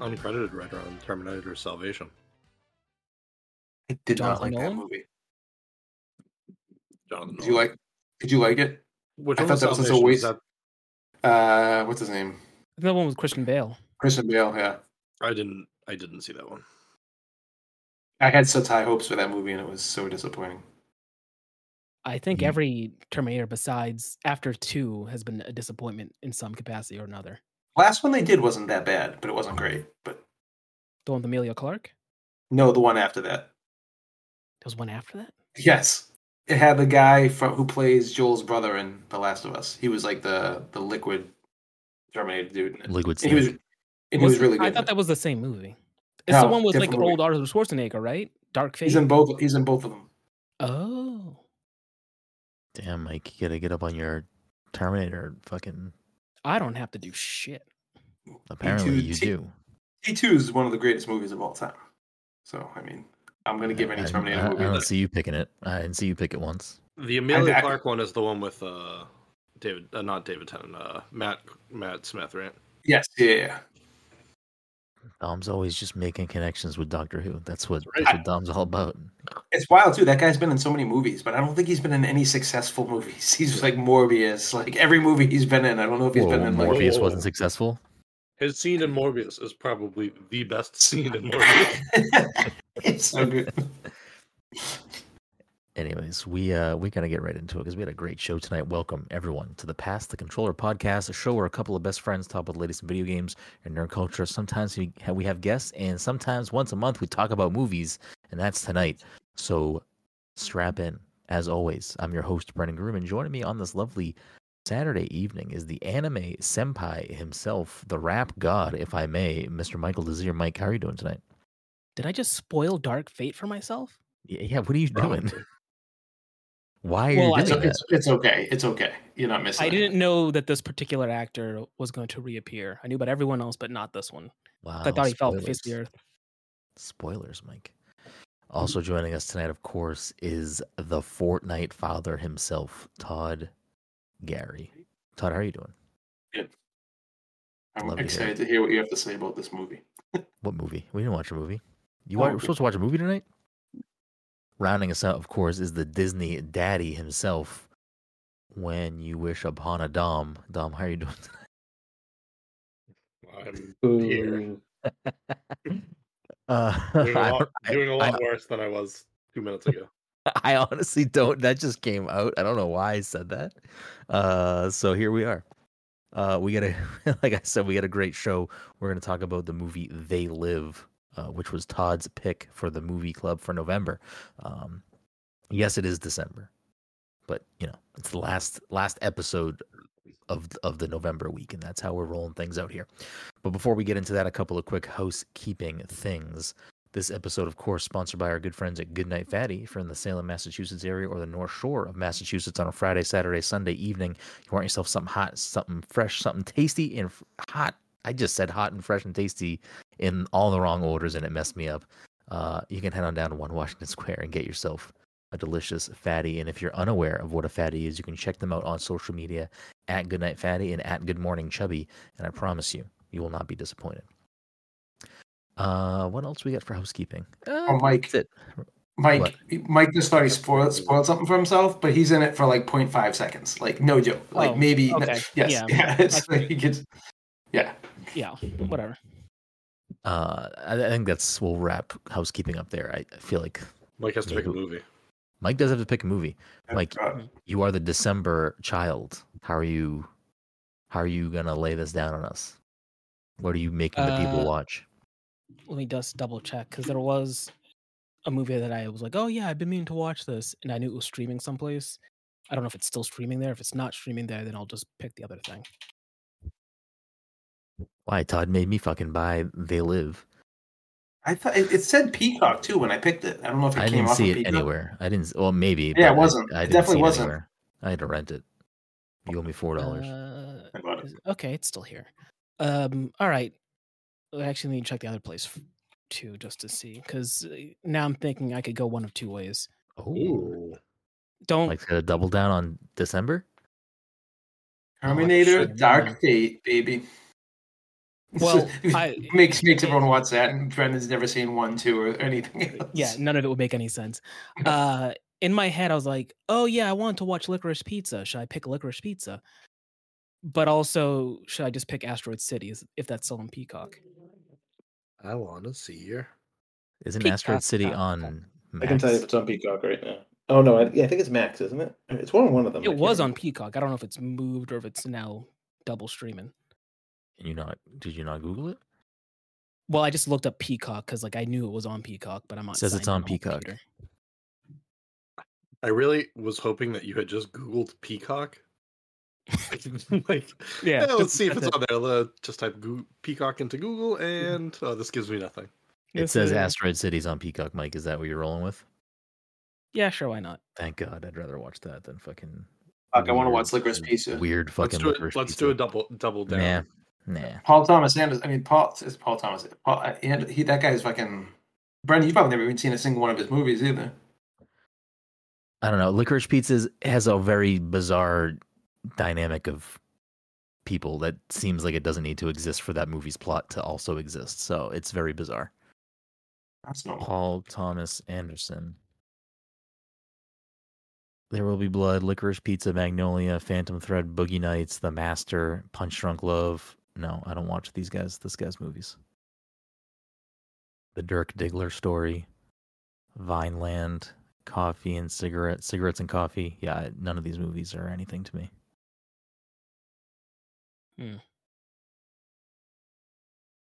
uncredited writer on Terminator Salvation. I did not Jonathan like that Nolan? movie. Jonathan. Did you Nolan. like? Did you like it? Which I one thought was that was a Salvation? waste. That- Uh, what's his name? That one was Christian Bale. Christian Bale. Yeah, I didn't. I didn't see that one. I had such high hopes for that movie, and it was so disappointing. I think Mm-hmm. Mhm. every Terminator besides after two has been a disappointment in some capacity or another. Last one they did wasn't that bad, but it wasn't great. But The one with Amelia Clark? no, the one after that. There was one after that? Yes. It had the guy from who plays Joel's brother in The Last of Us. He was like the the liquid Terminator dude. In it. Liquid And he was Snake. and he was Wasn't- really good. I in thought it. that was the same movie. It's the No, one with like different movie. old Arnold Schwarzenegger, right? Dark Fate. he's in both he's in both of them. oh. Damn, Mike, you gotta get up on your Terminator. Fucking I don't have to do shit. apparently you T- do. T2 is one of the greatest movies of all time. So, I mean, I'm going to give any I- Terminator I, I movie. don't that- see you picking it. I didn't see you pick it once. The Amelia I- Clark one is the one with uh, David, uh, not David Tennant, uh, Matt Matt Smith, right? Yes, yeah, yeah, yeah. Dom's always just making connections with Doctor Who. That's what, Right. that's what Dom's all about. It's wild too. That guy's been in so many movies, but I don't think he's been in any successful movies. He's like Morbius, like every movie he's been in. I don't know if he's Whoa, been in like Morpheus Whoa. wasn't successful. His scene in Morbius is probably the best scene in Morbius. it's so good. Anyways, we uh we gotta get right into it because we had a great show tonight. Welcome everyone to the Past the Controller podcast, a show where a couple of best friends talk about the latest in video games and nerd culture. Sometimes we have, we have guests, and sometimes once a month we talk about movies, and that's tonight. So strap in. As always, I'm your host Brendan Groom, and joining me on this lovely Saturday evening is the anime senpai himself, the rap god, if I may, Mr. Michael Desir. Mike, how are you doing tonight? Did I just spoil Dark Fate for myself? Yeah, yeah, what are you doing? Probably. Why are Well, I- you It's, doing that? it's, it's okay. It's okay. You're not missing. I anything. didn't know that this particular actor was going to reappear. I knew about everyone else, but not this one. Wow, I Oh, thought he fell off the spoilers. face of the earth. Spoilers, Mike. Also joining us tonight, of course, is the Fortnite father himself, Todd Gary. Todd, how are you doing? I'm Love to hear excited to hear what you have to say about this movie. What movie? We didn't watch a movie. You Oh, wa- were okay. supposed to watch a movie tonight? Rounding us out, of course, is the Disney daddy himself. When you wish upon a Dom. Dom, how are you doing tonight? I'm here Uh, doing a I lot, don't- I- doing a lot I- worse than I was two minutes ago. I honestly don't. That just came out. I don't know why I said that. Uh, so here we are. Uh, we got a, like I said, we got a great show. We're going to talk about the movie They Live, uh, which was Todd's pick for the movie club for November. Um, yes, it is December, but you know it's the last last episode of of the November week, and that's how we're rolling things out here. But before we get into that, a couple of quick housekeeping things. This episode, of course, sponsored by our good friends at Goodnight Fatty. If you're in the Salem, Massachusetts area or the North Shore of Massachusetts on a Friday, Saturday, Sunday evening, you want yourself something hot, something fresh, something tasty and f- hot. I just said hot and fresh and tasty in all the wrong orders and it messed me up. Uh, you can head on down to 1 Washington Square and get yourself a delicious fatty. And if you're unaware of what a fatty is, you can check them out on social media at Goodnight Fatty and at Good Morning Chubby. And I promise you, you will not be disappointed. Uh, what else we got for housekeeping? Uh, Oh, Mike. That's it. Mike, Mike just thought he spoiled, spoiled something for himself, but he's in it for like 0.5 seconds. Like, no joke. Like, Oh, maybe. okay. Yes. Yeah. Yeah. it's I- like he gets- yeah. Yeah, whatever. Uh, I, I think that's we'll wrap housekeeping up there. I, I feel like Mike has to pick a Maybe- movie. Mike does have to pick a movie. Mike. Uh, You are the December child. How are you? How are you gonna lay this down on us? What are you making the people Uh, watch? Let me just double check because there was a movie that I was like, oh yeah, I've been meaning to watch this, and I knew it was streaming someplace. I don't know if it's still streaming there. If it's not streaming there, then I'll just pick the other thing. Why Todd made me fucking buy They Live. I thought it, it said Peacock too when I picked it. I don't know if it I came didn't off see of it Peacock. anywhere. I didn't. s- Well, maybe. Yeah, it but I- wasn't. I, It didn't definitely see it wasn't. anywhere. I had to rent it. You owe me four dollars. Uh, I bought it. is- okay, it's still here. Um, all right. I actually need to check the other place f- too, just to see, because now I'm thinking I could go one of two ways. oh, Don't Mike's gonna double down on December. Oh, I Terminator should Dark remember. Fate, baby. Well, I- makes makes everyone watch that, and Brendan's never seen one, two, or anything. Else. yeah, none of it would make any sense. Uh, in my head, I was like, oh, yeah, I want to watch Licorice Pizza. Should I pick Licorice Pizza? But also, should I just pick Asteroid City is- if that's still on Peacock? I want to see her. Isn't Peacock, Asteroid City Peacock, on? I can tell you if Max? it's on Peacock right now. Oh no, I, yeah, I think it's Max, isn't it? It's one of one of them. I It can't was on remember. Peacock. I don't know if it's moved or if it's now double streaming. Can you not? Did you not Google it? Well, I just looked up Peacock because like I knew it was on Peacock, but I'm not. Says it's signed on my Peacock. computer. I really was hoping that you had just Googled peacock. Like- like, yeah, Yeah, let's just- see if it's that's on there. Let- Just type Goo- peacock into Google, and oh, this gives me nothing. It Yes, says is. Asteroid City's on Peacock. Mike, is that what you're rolling with? Yeah, sure, why not? Thank God, I'd rather watch that than fucking. Fuck, I wanna weird- watch Licorice Pizza. Weird Let's fucking do Licorice it. Let's do a Pizza. double double down. Nah, nah. Paul Thomas Anderson. I mean, Paul it's Paul Thomas. Paul, uh, and he that guy is fucking. Brendan, you've probably never even seen a single one of his movies either. I don't know. Licorice Pizza has a very bizarre dynamic of people that seems like it doesn't need to exist for that movie's plot to also exist. So it's very bizarre. That's normal. Paul Thomas Anderson. There Will Be Blood, Licorice Pizza, Magnolia, Phantom Thread, Boogie Nights, The Master, Punch Drunk Love. No, I don't watch these guys, this guy's movies. The Dirk Diggler Story, Vineland, Coffee and Cigarette, Cigarettes and Coffee. Yeah, I- none of these movies are anything to me.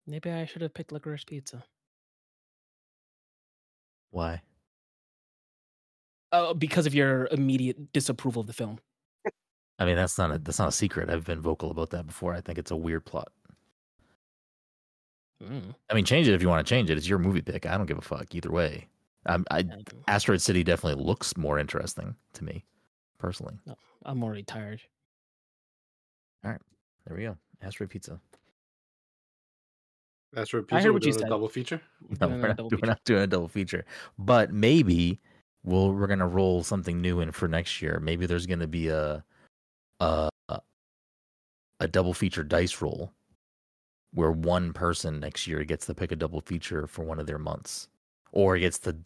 Maybe I should have picked licorice pizza. Why? Oh, because of your immediate disapproval of the film. I mean, that's not a that's not a secret. I've been vocal about that before. I think it's a weird plot. Mm, I mean, change it if you want to change it. It's your movie pick. I don't give a fuck either way. i I I don't know. Asteroid City definitely looks more interesting to me, personally. I'm already tired. There we go. Asteroid Pizza. That's where I pizza. heard we're what you doing a said. Double feature. No, No, no, we're, not, double we're feature. not doing a double feature, but maybe we'll we're gonna roll something new in for next year. Maybe there's gonna be a a a double feature dice roll where one person next year gets to pick a double feature for one of their months, or gets the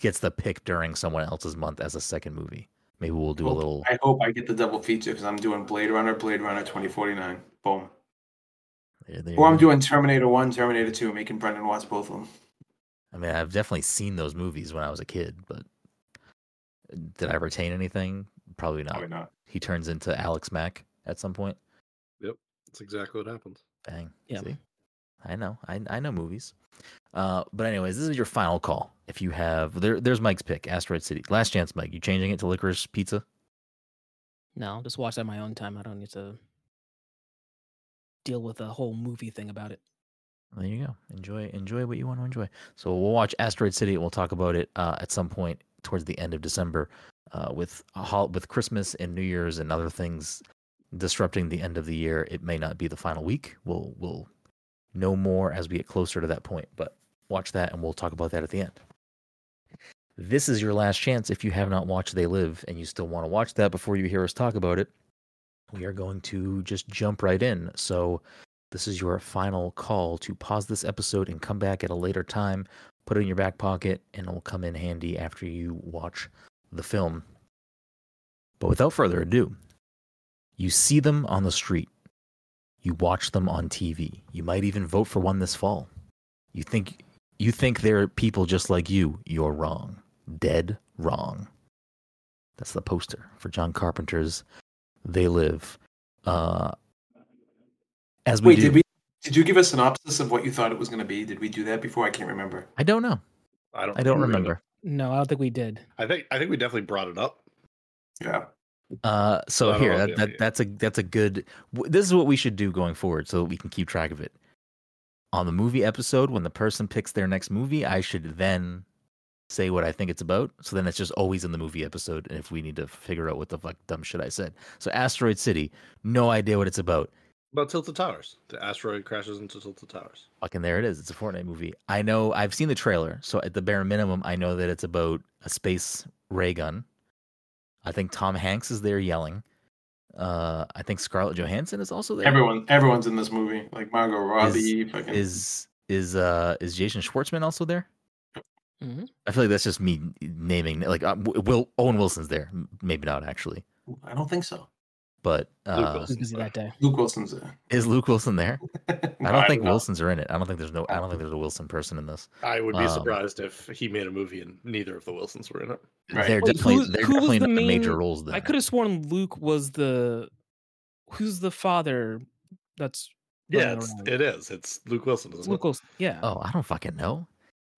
gets the pick during someone else's month as a second movie. Maybe we'll do a Well, little. I hope I get the double feature because I'm doing Blade Runner, Blade Runner 2049. Boom. eh, there- there Or I'm you go. doing Terminator 1, Terminator 2, making Brendan watch both of them. Oh. I mean, I've definitely seen those movies when I was a kid, but eh, did I retain anything? Probably not. Probably not. He turns into Alex Mack at some point. That's exactly what happens. Bang. Yeah. See? I know. I, I know movies. Uh, but anyways, this is your final call. If you have there, there's Mike's pick, Asteroid City. Last chance, Mike. You changing it to Licorice Pizza? No, just watch that on my own time. I don't need to deal with a whole movie thing about it. There you go. Enjoy, enjoy what you want to enjoy. So we'll watch Asteroid City. and We'll talk about it uh, at some point towards the end of December, uh, with a hol- with Christmas and New Year's and other things disrupting the end of the year. It may not be the final week. We'll we'll know more as we get closer to that point. But watch that, and we'll talk about that at the end. This is your last chance if you have not watched They Live and you still want to watch that before you hear us talk about it. We are going to just jump right in. So. This is your final call to pause this episode and come back at a later time, put it in your back pocket, and it will come in handy after you watch the film. But without further ado, you see them on the street. You watch them on TV. You might even vote for one this fall. You think you think they're people just like you. You're wrong. Dead wrong. That's the poster for John Carpenter's They Live. Uh as we Wait, do- did we? Did you give a synopsis of what you thought it was going to be? Did we do that before? I can't remember. I don't know. I don't. I don't Hmm. either. remember. No, I don't think we did. I think I think we definitely brought it up. Yeah. Uh, so I don't here, know that, the that, idea. that's a that's a good. w- This is what we should do going forward, so that we can keep track of it. On the movie episode, when the person picks their next movie, I should then say what I think it's about. So then it's just always in the movie episode, and if we need to figure out what the fuck dumb shit I said. So Asteroid City, no idea what it's about. About Tilted Towers. The asteroid crashes into Tilted Towers. Fucking there it is. It's a Fortnite movie. I know I've seen the trailer, so at the bare minimum, I know that it's about a space ray gun. I think Tom Hanks is there yelling. Uh, I think Scarlett Johansson is also there. Everyone, everyone's in this movie. Like Margot Robbie, fucking. is is uh is Jason Schwartzman also there? Mhm. I feel like that's just me naming like uh, W- Will Owen Wilson's there. M- Maybe not actually, I don't think so. but uh, Wilson. Who's busy that day? Luke Wilson's there. is Luke Wilson there? I No, don't think know. Wilsons are in it. I don't think there's no. I don't think there's a Wilson person in this. I would be Um, surprised if he made a movie and neither of the Wilsons were in it. Right. They're Wait, definitely who's- they're who was definitely the not major main- roles. Then I could have sworn Luke was the who's the father. That's Yeah, running it's, around? it is. It's Luke Wilson. Isn't It's Luke Wilson. Yeah. Oh, I don't fucking know.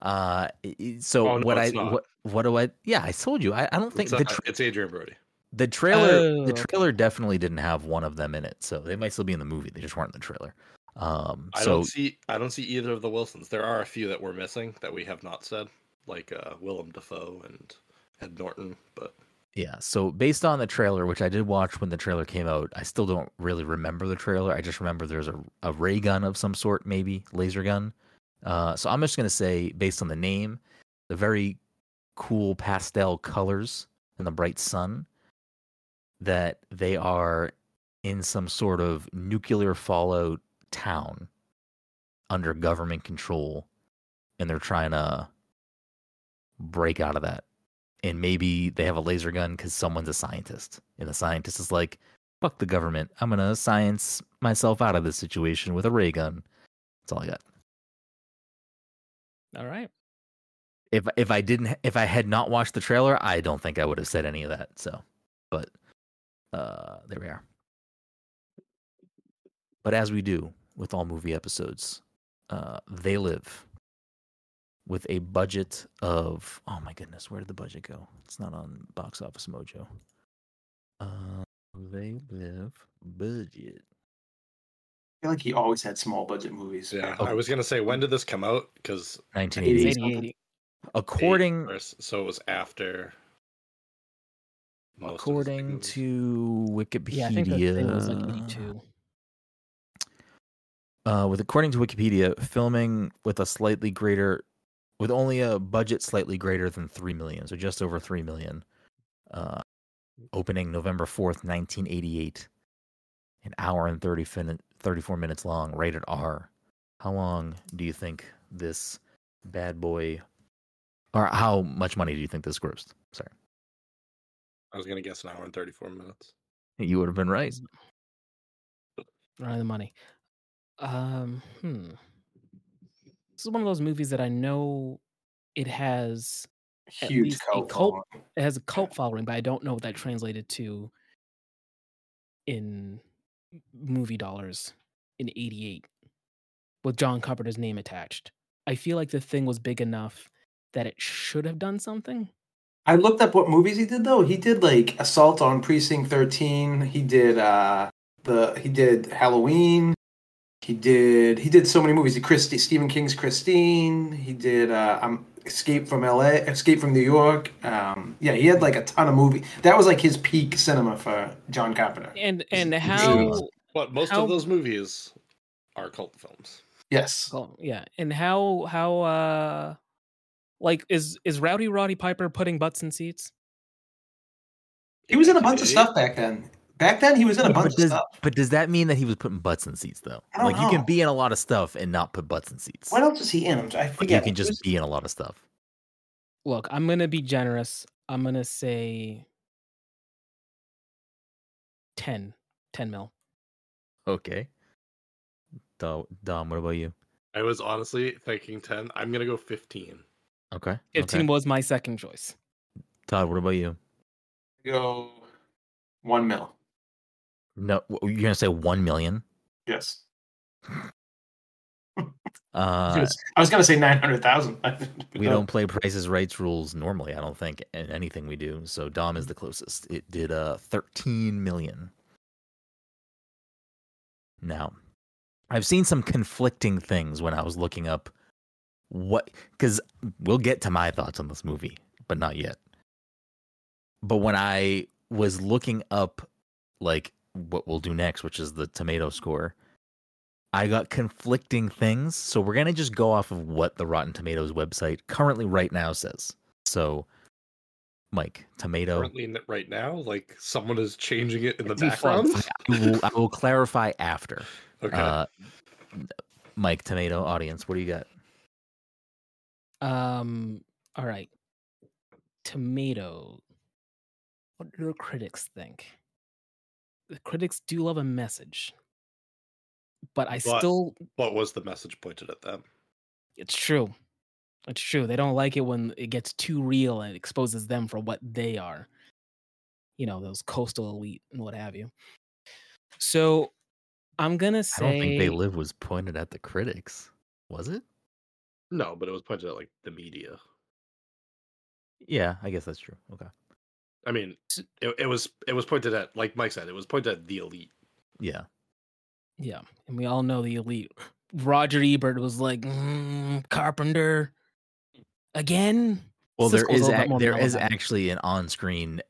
Uh, i- i- so Oh, no, what I it's not. what, what do I? Yeah, I told you. I, I don't It? think it's, the uh, tr it's Adrian Brody. the trailer Oh, the okay. trailer definitely didn't have one of them in it. So they might still be in the movie. They just weren't in the trailer. Um, I so don't see. I don't see either of the Wilsons. There are a few that we're missing that we have not said, like uh, Willem Dafoe and Ed Norton. But yeah. So based on the trailer, which I did watch when the trailer came out, I still don't really remember the trailer. I just remember there's a a ray gun of some sort, maybe laser gun. Uh, so I'm just gonna say based on the name, the very cool pastel colors and the bright sun, that they are in some sort of nuclear fallout town under government control, and they're trying to break out of that. And maybe they have a laser gun because someone's a scientist, and the scientist is like, "Fuck the government! I'm gonna science myself out of this situation with a ray gun." That's all I got. All right. if if I didn't if I had not watched the trailer, I don't think I would have said any of that. So, but uh there we are. But as we do with all movie episodes, uh they live with a budget of oh my goodness, where did the budget go? It's not on Box Office Mojo. Uh they live budget. I feel like he always had small budget movies. yeah, Oh. I was gonna say when did this come out? Because 1980s. Eighty. Eighty, eighty. According so it was after. most of his big according movies. to Wikipedia. Yeah, I think that thing was like 82. uh, with according to Wikipedia, filming with a slightly greater, with only a budget slightly greater than three million, so just over three million. Uh, opening November fourth, nineteen eighty-eight, an hour and thirty fin- thirty-four minutes long, rated R. How long do you think this bad boy, or how much money do you think this grossed? Sorry, I was gonna guess an hour and thirty-four minutes. you would have been right. Run the money. Um, hmm. This is one of those movies that I know it has At Huge least a cult. cult- following. it has a cult following, but I don't know what that translated to in m- movie dollars in '88 with John Carpenter's name attached. I feel like the thing was big enough that it should have done something. I looked up what movies he did though. He did like Assault on Precinct 13. He did uh the he did Halloween. He did he did so many movies. He Christie Stephen King's Christine. He did uh um, Escape from LA, Escape from New York. Um yeah, he had like a ton of movie. That was like his peak cinema for John Carpenter. And Is- and is- how But most How- of those movies are cult films. Yes. Oh yeah, and how how uh like is is Rowdy Roddy Piper putting butts in seats? He was in a bunch of 1988? stuff back then. Back then he was in a Yeah, bunch but of does, stuff. But does that mean that he was putting butts in seats though? I don't Like you can know. be in a lot of stuff and not put butts in seats. What else is he in? I'm- I Like, forget. you can He was- just be in a lot of stuff. Look, I'm gonna be generous. I'm gonna say 10, 10 mil. Okay. Dom, Dom what about you? I was honestly thinking ten. I'm gonna go fifteen. Okay. Fifteen was my second choice. Todd, what about you? go 1 mil. No, w- you're gonna say one million. Yes. I Uh, was- I was gonna say nine hundred thousand. we don't play prices rights rules normally. I don't think in anything we do. So Dom is the closest. It did uh thirteen million. Now, I've seen some conflicting things when I was looking up what because we'll get to my thoughts on this movie, but not yet. But when I was looking up like what we'll do next, which is the tomato score, I got conflicting things. So we're gonna just go off of what the Rotten Tomatoes website currently right now says. So Mike, tomato. currently in it right now? Like someone is changing it in the Be background? fun. I will, I will clarify after. Okay. Uh, Mike, tomato, audience, what do you got? Um. All right. Tomato. What do your critics think? The critics do love a message, but I But- still. what was the message pointed at them? It's true. It's true. They don't like it when it gets too real and exposes them for what they are. You know, those coastal elite and what have you. So, I'm gonna say. I don't think they live was pointed at the critics. Was it? No, but it was pointed at like the media. Yeah, I guess that's true. Okay. I mean, it, it was it was pointed at like Mike said, it was pointed at the elite. Yeah. Yeah, and we all know the elite. Roger Ebert was like "Mm, Carpenter again. Well, there Siskel's a is little bit ac- more there mellow is about it. actually an on-screen.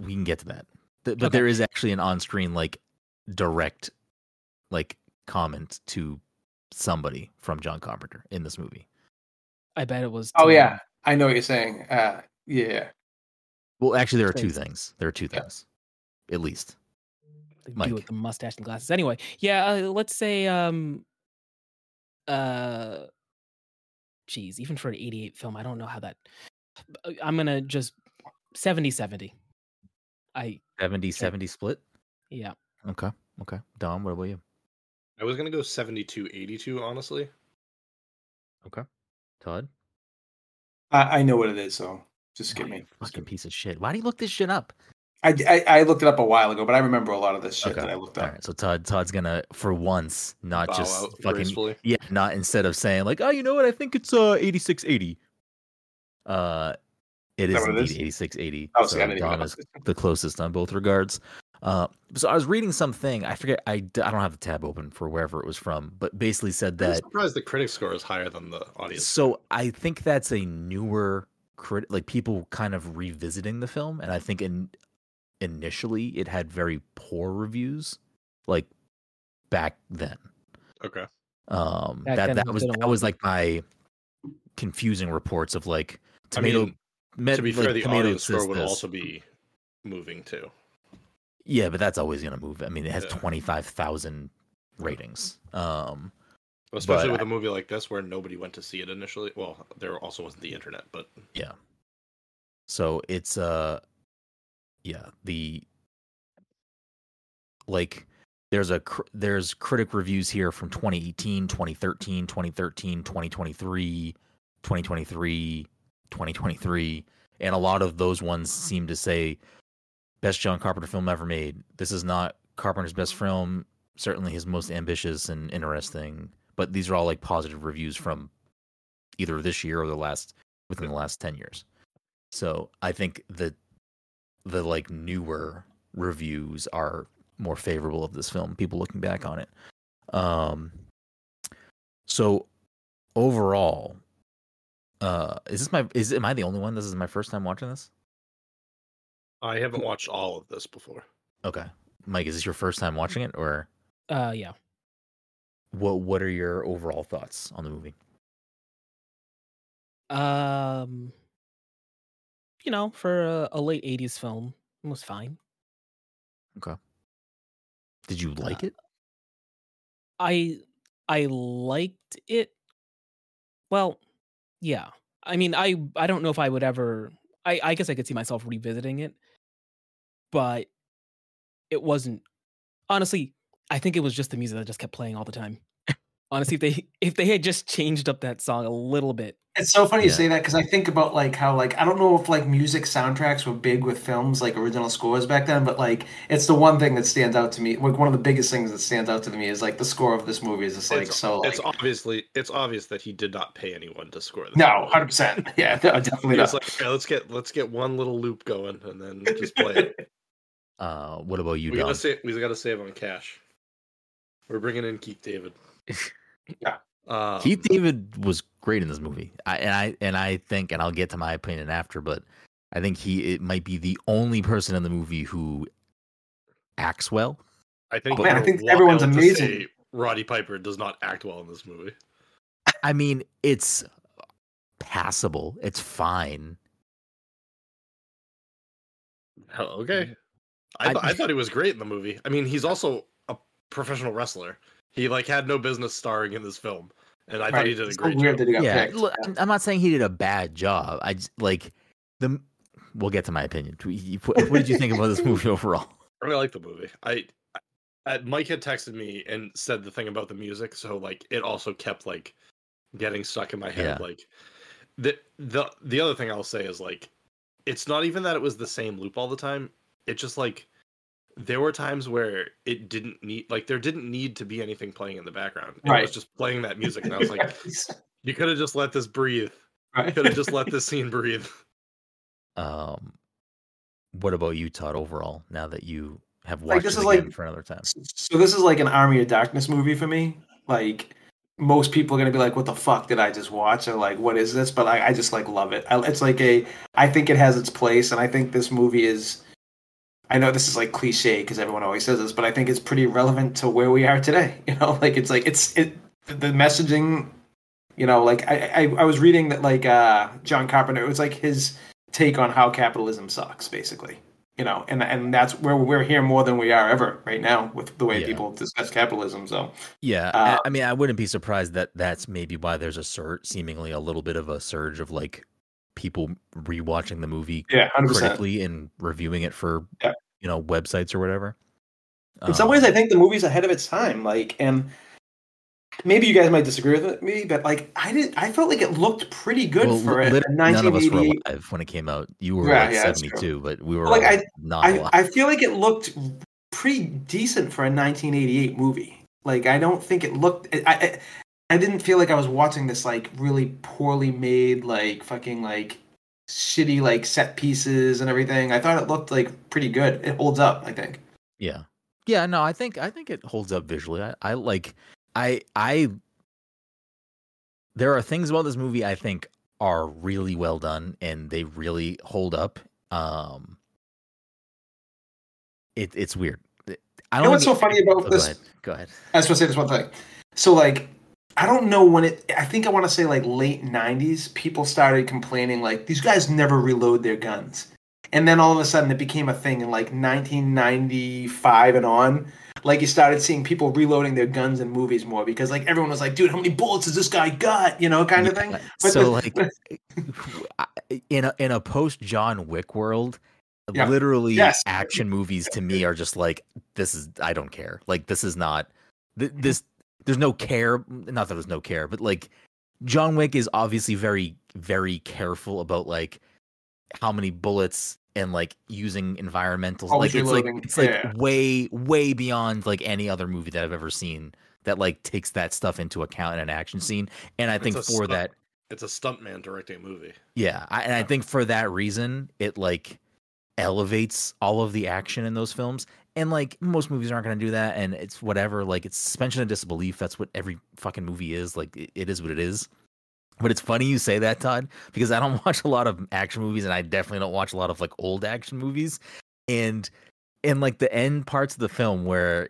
We can get to that, Th- but Okay. there is actually an on-screen like direct, like comment to somebody from John Carpenter in this movie. I bet it was. Oh Tim. yeah, I know what you're saying. Uh, yeah, Well, actually, there are two Thanks. things. There are two Yeah. things, at least. the Mike. dude with the mustache and glasses. Anyway, yeah, uh, let's say um uh geez, even for an 88 film, I don't know how that uh, I'm going to just 70 70. I 70-70 split. yeah. Okay. Okay. Dom, what about you? I was gonna go 72, 82, honestly. Todd. I, I know what it is. So just Oh, give you me. just Fucking give me. piece of shit. Why do you look this shit up? I, I I looked it up a while ago, but I remember a lot of this shit Okay. that I looked All up. right. So Todd, Todd's gonna for once not Bow just out fucking gracefully. Yeah, not instead of saying like, oh, you know what? I think it's uh eighty six eighty. Uh, it Is is that what it indeed is? eighty six eighty. Oh, see, so I didn't even Dom know. is the closest on both regards. Uh, so I was reading something. I forget. I, d- I don't have the tab open for wherever it was from, but basically said I'm that. surprised the critic score is higher than the audience. So I think that's a newer crit, like people kind of revisiting the film, and I think in initially it had very poor reviews, like back then. okay. Um, Back that then that it was didn't that was like my confusing reports of like tomato. I mean, met- to be like, fair, the tomato audience says score would this. also be moving too. Yeah, but that's always gonna move. I mean, it has Yeah. twenty five thousand ratings. Um, Especially But with a movie like this where nobody went to see it initially. Well, there also wasn't the internet, but so it's uh, yeah, the like there's a cr- there's critic reviews here from 2018, 2013, 2013, 2023, 2023, 2023, and a lot of those ones seem to say best John Carpenter film ever made. This is not Carpenter's best film, certainly his most ambitious and interesting, but these are all like positive reviews from either this year or the last within the last 10 years. So, I think that the like newer reviews are more favorable of this film, people looking back on it. Um so overall uh is this my is am I the only one this is my first time watching this? I haven't watched all of this before. Okay. Mike, is this your first time watching it or Uh yeah. what what are your overall thoughts on the movie? Um you know, for a, a late 80s film, it was fine. Did you like Uh, it? I I liked it. Well, yeah. I mean, I I don't know if I would ever. I I guess I could see myself revisiting it, but it wasn't. Honestly, I think it was just the music that just kept playing all the time. Honestly, if they if they had just changed up that song a little bit, It's so funny you Yeah. say that because I think about like how like I don't know if like music soundtracks were big with films like original scores back then, but like it's the one thing that stands out to me. Like one of the biggest things that stands out to me is like the score of this movie is just like it's, so. it's like, obviously it's obvious that he did not pay anyone to score this. no, movie. hundred percent. Yeah, no, definitely He was not. like, "Okay, let's get let's get one little loop going and then just play it. Uh what about you, we Dom? gotta save we gotta save on cash. We're bringing in Keith David. Yeah. Um, Keith David was great in this movie. I, and I and I think, and I'll get to my opinion after, but I think he it might be the only person in the movie who acts well. I think, Oh, man, I you're think wild everyone's to amazing. say Roddy Piper does not act well in this movie. I mean, it's passable. It's fine. Hell, okay. Mm-hmm. I, Oh, I- th- I thought he was great in the movie. I mean, he's also a professional wrestler. He like had no business starring in this film, and I thought he did a It's so great weird job. that he got yeah, picked. look, I'm, I'm not saying he did a bad job. I just, like the. We'll get to my opinion. You- you- What what did you think about this movie overall? I really like the movie. I, I Mike had texted me and said the thing about the music, so like it also kept like getting stuck in my head. Like the the the other thing I'll say is like it's not even that it was the same loop all the time. It just like there were times where it didn't need like there didn't need to be anything playing in the background. It Right. was just playing that music, and I was like, you could have just let this breathe. You Right. could have just let this scene breathe. Um, what about you, Todd? Overall, now that you have Like, watched this it is again like- for another time, So this is like an Army of Darkness movie for me. Like most people are gonna be like, "What the fuck did I just watch?" Or like, "What is this?" But I, I just like love it. I, it's like a. I think it has its place, and I think this movie is. I know this is like cliche because everyone always says this, but I think it's pretty relevant to where we are today. You know, like it's like it's it the the messaging. You know, like I I, I was reading that like uh John Carpenter. It was like his take on how capitalism sucks, basically you know, and and that's where we're here more than we are ever right now with the way Yeah. people discuss capitalism. So yeah, I- uh, I mean, I wouldn't be surprised that that's maybe why there's a sur- seemingly a little bit of a surge of like people rewatching the movie yeah, hundred percent. critically and reviewing it for Yeah. you know websites or whatever. In some Um, ways, I think the movie's ahead of its time. Like, and maybe you guys might disagree with me, but like, I did. I felt like it looked pretty good well, for it. lit- in None of us were 1988. alive when it came out. You were Yeah, like yeah, that's true. 72, but we were Well, like, all I- not I, alive. I feel like it looked pretty decent for a 1988 movie. Like I don't think it looked. I, I I didn't feel like I was watching this like really poorly made like fucking like shitty like set pieces and everything. I thought it looked like pretty good. It holds up, I think. Yeah. Yeah, no, I think I think it holds up visually. I, I like I I there are things about this movie I think are really well done and they really hold up. Um it it's weird. I know don't what's think- so funny about Oh, go this- ahead, Go ahead. I was supposed to say this one thing. So like, I don't know when it. I think I want to say like late '90s. People started complaining like these guys never reload their guns, and then all of a sudden it became a thing in like 1995 and on. Like you started seeing people reloading their guns in movies more because like everyone was like, dude, how many bullets has this guy got? You know, kind of thing. Yeah, But so the- like I- in a in a post John Wick world, Yeah. literally Yes. action movies to me are just like this is I don't care. Like this is not Mm-hmm. th- this there's no care not that there's no care, but like John Wick is obviously very very careful about like how many bullets and like using environmental Always like it's like reloading, it's like yeah. way way beyond like any other movie that I've ever seen that like takes that stuff into account in an action scene and I Mm-hmm. It's think a for stunt- that it's a stuntman directing a movie. yeah, I, and I think for that reason, it like elevates all of the action in those films. And like most movies aren't going to do that, and it's whatever. Like it's suspension of disbelief. That's what every fucking movie is. Like it, it is what it is. But it's funny you say that, Todd, because I don't watch a lot of action movies, and I definitely don't watch a lot of like old action movies. And and like the end parts of the film where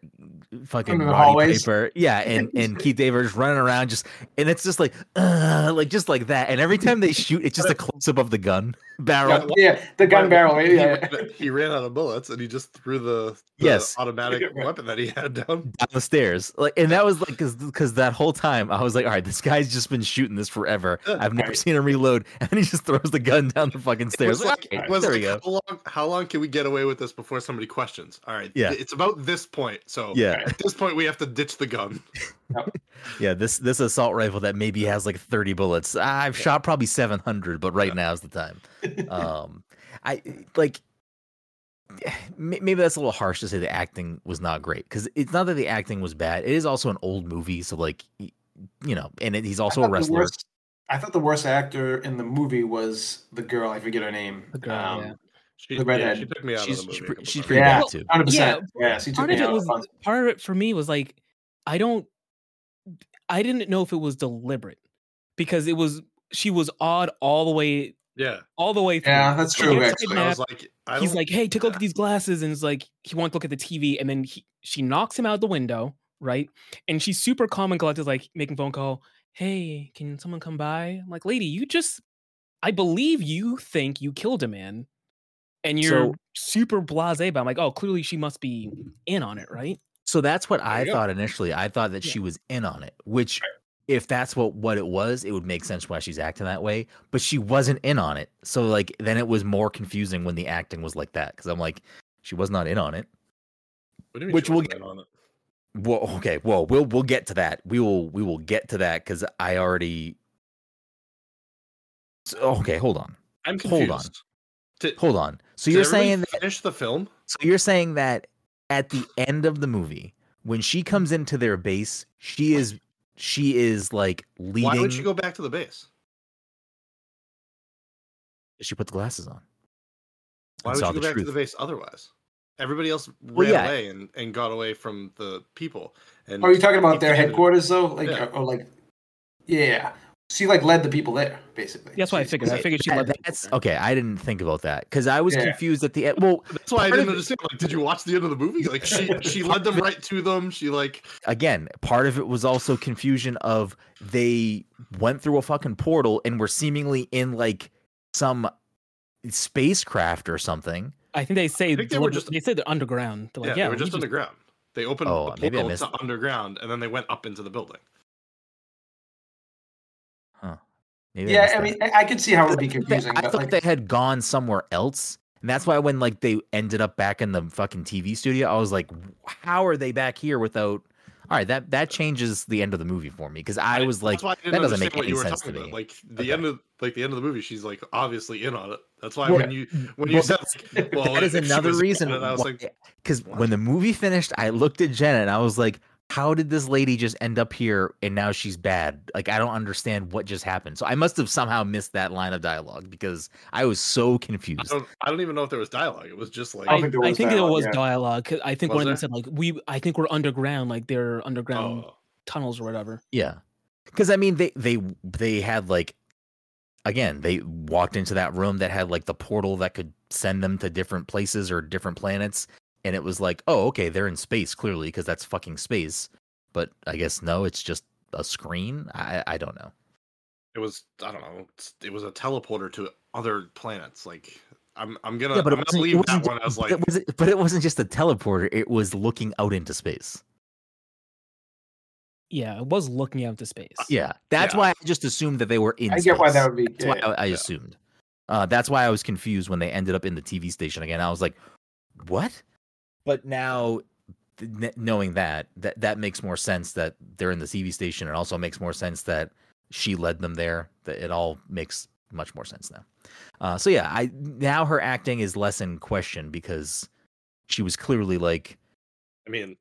fucking In the Roddy hallways? Piper, yeah, and and Keith Davis running around just and it's just like uh, like just like that. And every time they shoot, it's just a close up of the gun barrel. yeah, the gun Right, barrel. he, Yeah, yeah. ran, he ran out of bullets and he just threw the, the Yes. automatic Right. weapon that he had down. down the stairs. Like, and that was like, cause, 'cause that whole time I was like, all right, this guy's just been shooting this forever. I've never Right. seen him reload, and he just throws the gun down the fucking stairs. was Like, like- "Okay, was there we like, go. How long, how long can we get away with this before somebody questions? All right. Yeah. It's about this point. So Yeah, at this point, we have to ditch the gun. yeah. This this assault rifle that maybe has like thirty bullets. I've shot probably seven hundred, but right now is the time. Um, I like m- maybe that's a little harsh to say the acting was not great because it's not that the acting was bad. It is also an old movie, so like y- you know, and it, he's also I a thought the wrestler. worst- I thought the worst actor in the movie was the girl. I forget her name. Um, The girl, yeah. She, The yeah, redhead. she took me out She's, of the movie. she's, a pre- couple she's times. pretty Yeah. bad too. Hundred Yeah, percent. Yeah, she took part of me it out. was part of it for me was like i don't i didn't know if it was deliberate because it was she was odd all the way yeah. all the way through Yeah, that's So true. it's Actually, I Yeah. was like, I he's don't- like hey take a look yeah. at these glasses and it's like he wants to look at the tv and then he, she knocks him out the window right and she's super calm and collected like making phone call hey can someone come by I'm like lady you just i believe you think you killed a man and you're super blase about. It. I'm like, oh, clearly she must be in on it, right? So that's what I you go. thought initially. I thought that Yeah. she was in on it, which if that's what what it was, it would make sense why she's acting that way, but she wasn't in on it. So like then it was more confusing when the acting was like that cuz I'm like she was not in on it. What do you mean Which she we'll wasn't in on it? Whoa, okay. Whoa, we'll we'll get to that. We will we will get to that cuz I already So, okay, hold on. I'm Hold on. confused. Did- Hold on. So did you're everybody saying that finish the film? So you're saying that at the end of the movie, when she comes into their base, she is she is like leading. Why would she go back to the base? She put the glasses on. Why and would saw you go the back truth. to the base otherwise? Everybody else ran yeah. away and, and got away from the people. And Are you talking about their Yeah. headquarters though? Like Yeah. or, or like yeah. She like led the people there, basically. That's what I She- figured. I Okay, figured she that- led the people that's there. okay. I didn't think about that because I was Yeah. confused at the end. Well, That's why I Part of didn't it- understand. Like, did you watch the end of the movie? Like, she she led them right to them. She like, again, part of it was also confusion of they went through a fucking portal and were seemingly in like some spacecraft or something. I think they say think they were deliber- just- they said they're underground. They're like, yeah, yeah, they were we just just- underground. They opened Oh, the maybe I portal missed to underground, and then they went up into the building. Maybe I Yeah, missed I that. mean, I, I could see how it would be I thought confusing, They, I but thought like, they had gone somewhere else, and that's why when like they ended up back in the fucking TV studio, I was like, how are they back here without? All right, that that changes the end of the movie for me because I was like, That's why I didn't that doesn't understand make what any you were sense to talking me. about. Like the Okay. end of like the end of the movie, she's like obviously in on it. That's why Well, when you when you well, said like, well, that is if she another was in reason. on it, I was like, Because when the movie finished, I looked at Jenna and I was like, how did this lady just end up here and now she's bad? Like, I don't understand what just happened. So I must have somehow missed that line of dialogue because I was so I confused. don't I don't even know if there was dialogue. It was just like I I, don't think there I was think there dialogue, was yeah. dialogue. 'cause I think Was one of them there? said like we. I think we're underground, like they're underground oh, tunnels or whatever. Yeah. Cuz I mean they they they had like again, they walked into that room that had like the portal that could send them to different places or different planets and it was like, "Oh, okay, they're in space clearly cuz that's fucking space." But I guess no, it's just a screen. I I don't know. it was I don't know. it's- It was a teleporter to other planets. Like I'm I'm gonna yeah, but it I'm wasn't, gonna it leave that wasn't- one as but like it wasn't, but it wasn't just a teleporter, it was looking out into space. Yeah, it was looking out into space. Yeah. That's Yeah. why I just assumed that they were in I get why space. that would be. That's yeah, why I, I assumed. Uh, that's why I was confused when they ended up in the TV station again. I was like, "What?" But now, th- kn- knowing that, that that makes more sense that they're in the TV station. It also makes more sense that she led them there. That it all makes much more sense now. Uh, so yeah, I now her acting is less in question because she was clearly like I mean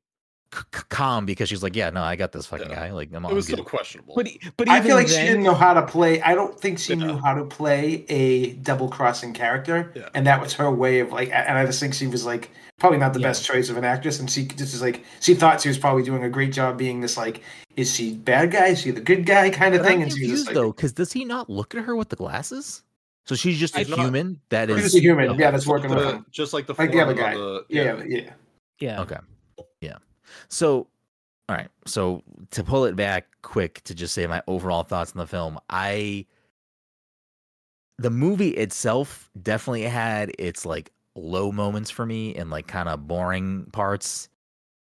c- c- calm because she's like, "Yeah, no, I got this fucking Yeah. guy. Like, I'm, it I'm was good." still questionable. but e- but even I feel like she then- didn't know how to play. I don't think she Yeah. knew how to play a double crossing character, Yeah. and that was her way of like. And I just think she was like probably not the Yeah. best choice of an actress, and she just was like she thought she was probably doing a great job being this like, is she bad guy? Is she the good guy kind of But thing? I'm and she was just confused like, though, because does he not look at her with the glasses? So she's just a He's not- human. That She's is just a human, okay. yeah, that's working The- with him. just like the Like the other foreman on guy. the- yeah, yeah. yeah. Okay. Yeah. So, all right. So to pull it back quick to just say my overall thoughts on the film, I the movie itself definitely had its like low moments for me and like kind of boring parts.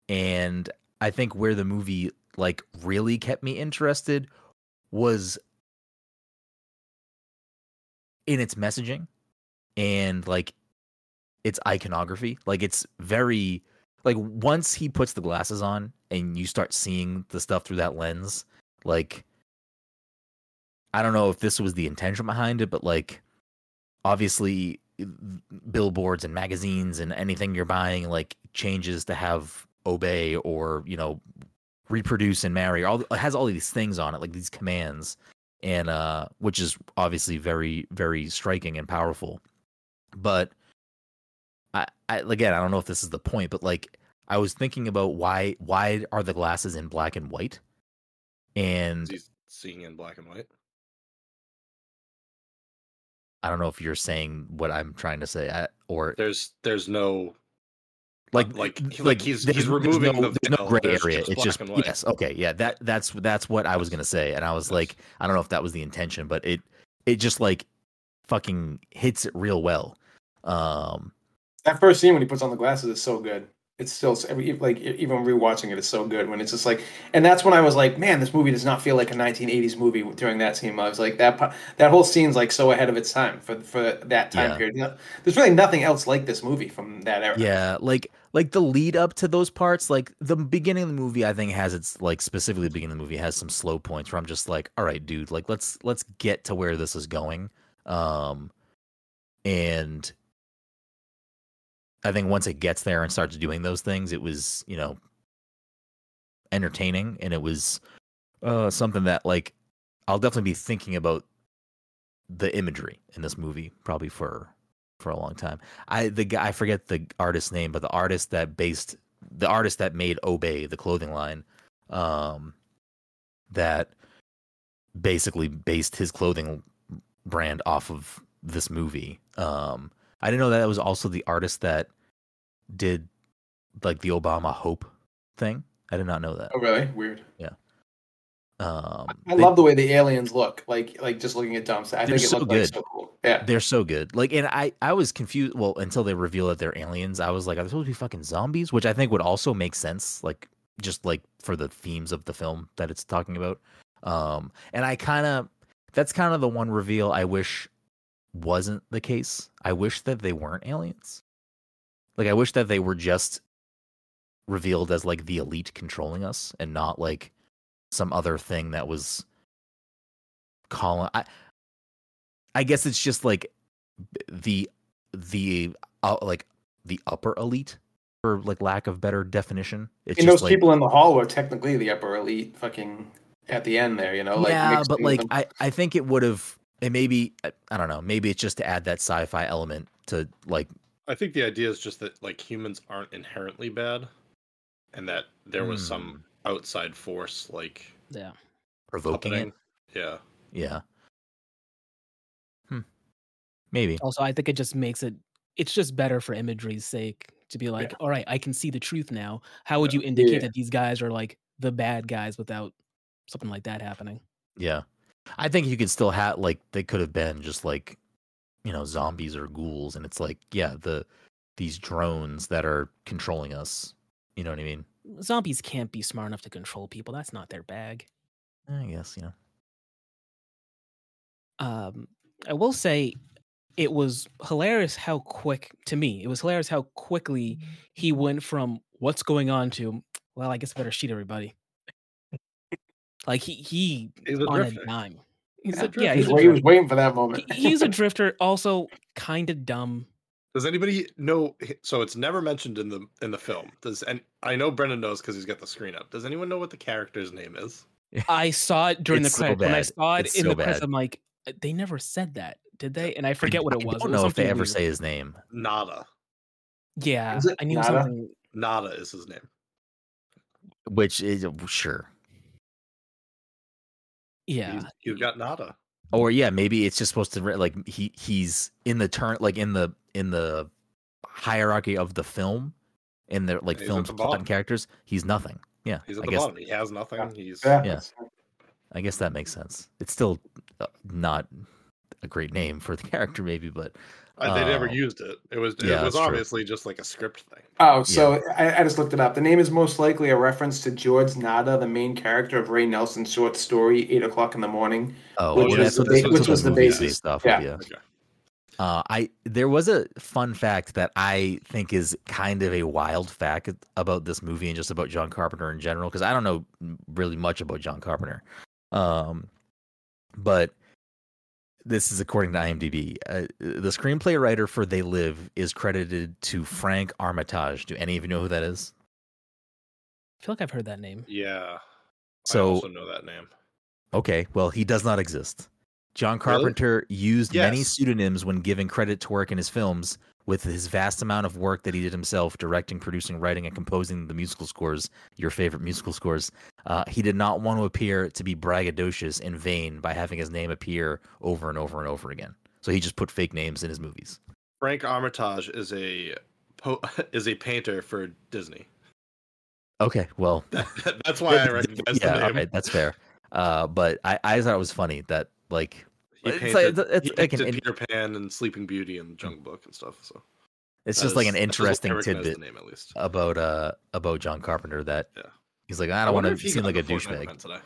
And I think where the movie like really kept me interested was in its messaging and like its iconography. Like it's very like once he puts the glasses on and you start seeing the stuff through that lens like i don't know if this was the intention behind it but like obviously billboards and magazines and anything you're buying like changes to have obey or you know reproduce and marry all it has all these things on it like these commands and uh which is obviously very very striking and powerful but I, I again, I don't know if this is the point, but like I was thinking about why why are the glasses in black and white? And He's seeing in black and white. I don't know if you're saying what I'm trying to say, I, or There's there's no like like- th- like he's- he's there's- there's removing no, the there's no veil, gray there's area. just it's black just and white. yes, okay, yeah. That that's that's what I was gonna say, and I was Yes. like, I don't know if that was the intention, but it it just like fucking hits it real well. Um, That first scene when he puts on the glasses is so good. It's still it's every- like e- even rewatching it is so good when it's just like, and that's when I was like, man, this movie does not feel like a 1980s movie. During that scene, I was like, that pa- that whole scene's like so ahead of its time for for that time Yeah. period. You know, there's really nothing else like this movie from that era. yeah, like like the lead up to those parts, like the beginning of the movie, I think has its like specifically the beginning of the movie has some slow points where I'm just like, all right, dude, like let's let's get to where this is going. Um, and I think once it gets there and starts doing those things, it was you know entertaining and it was uh, something that like I'll definitely be thinking about the imagery in this movie probably for for a long time. I the guy I forget the artist's name, but the artist that based the artist that made Obey the clothing line, um, that basically based his clothing brand off of this movie. Um, I didn't know that was also the artist that did like the Obama Hope thing. I did not know that. Oh, really? Weird. Um, I they- love the way the aliens look. Like like just looking at Dom's. I They're think it so looked good. like so cool. Yeah. They're so good. Like, and I, I was confused. Well, until they reveal that they're aliens, I was like, are they supposed to be fucking zombies? Which I think would also make sense, like, just like for the themes of the film that it's talking about. Um, and I kind of, that's kind of the one reveal I wish wasn't the case. I wish that they weren't aliens. Like, I wish that they were just revealed as like the elite controlling us and not like some other thing that was calling. I, I guess it's just like b- the the uh, like the upper elite for like lack of better definition. It's and just those like, people in the hall were technically the upper elite fucking at the end there, you know? Like yeah, mixed but in like with them. I, I think it would have and maybe I- I don't know maybe it's just to add that sci-fi element to like I think the idea is just that like humans aren't inherently bad, and that there was some outside force like Yeah. provoking it. puppeting. Yeah, Yeah. Hmm. Maybe. Also, I think it just makes it. It's just better for imagery's sake to be like, all right, I can see the truth now. How would you indicate Yeah. that these guys are like the bad guys without something like that happening? Yeah. I think you could still have like they could have been just like you know zombies or ghouls and it's like yeah the these drones that are controlling us. You know what I mean? Zombies can't be smart enough to control people. That's not their bag. I guess, you know. Um, I will say, it was hilarious how quick to me. It was hilarious how quickly he went from what's going on to well, I guess I better shoot everybody. Like he he he's a on a drifter. dime. He's Yeah, a, drifter. yeah, he's He's a wa- he was drifter. waiting for that moment. He- he's a drifter, also kind of dumb. Does anybody know? So it's never mentioned in the in the film. Does and I know Brendan knows because he's got the screen up. Does anyone know what the character's name is? I saw it during It's the so credits. when I bad. saw it It's in so the credits, bad. I'm like, "Uh, they never said that, did they? And I forget what it was. I don't it was know if they something ever weird. say his name. Nada. Yeah, Is it I knew Nada? something. Nada is his name. Which is sure. Yeah, He's- you got Nada. Or yeah, maybe it's just supposed to re- like he he's in the turn like in the in the hierarchy of the film in the like He's at film's the plot bottom. and characters, he's nothing. Yeah. He's at I the guess bottom. He has nothing. He's Yeah. Yeah. I guess that makes sense. It's still uh, not a great name for the character, maybe, but uh, they never Oh. used it. It was it Yeah, that's was true. obviously just like a script thing. Oh, so I, I just looked it up. The name is most likely a reference to George Nada, the main character of Ray Nelson's short story, Eight O'Clock in the Morning. oh, Which was well, that's the what- ba- that's what which was the movie's basis. based off Yeah. Of, yeah. Okay. Uh, I there was a fun fact that I think is kind of a wild fact about this movie and just about John Carpenter in general because I don't know really much about John Carpenter, um, but this is according to IMDb. Uh, the screenplay writer for They Live is credited to Frank Armitage. Do any of you know who that is? I feel like I've heard that name. Yeah. I So also know that name. Okay, well, he does not exist. John Really? Carpenter used many Yes. pseudonyms when giving credit to work in his films, with his vast amount of work that he did himself, directing, producing, writing, and composing the musical scores, your favorite musical scores. Uh, he did not want to appear to be braggadocious and vain by having his name appear over and over and over again. So he just put fake names in his movies. Frank Armitage is a po- is a painter for Disney. Okay, well, That's why I recognize yeah, the all name. right, that's fair. Uh, but I, I thought it was funny that like He It's like- painted, it's- he it's like an painted in- Peter Pan and Sleeping Beauty and Jungle Book and stuff. So It's that just like is- that an is why I interesting recognize the tidbit name at least. about uh about John Carpenter that Yeah. he's like, I don't want to seem like a douchebag. Let's today.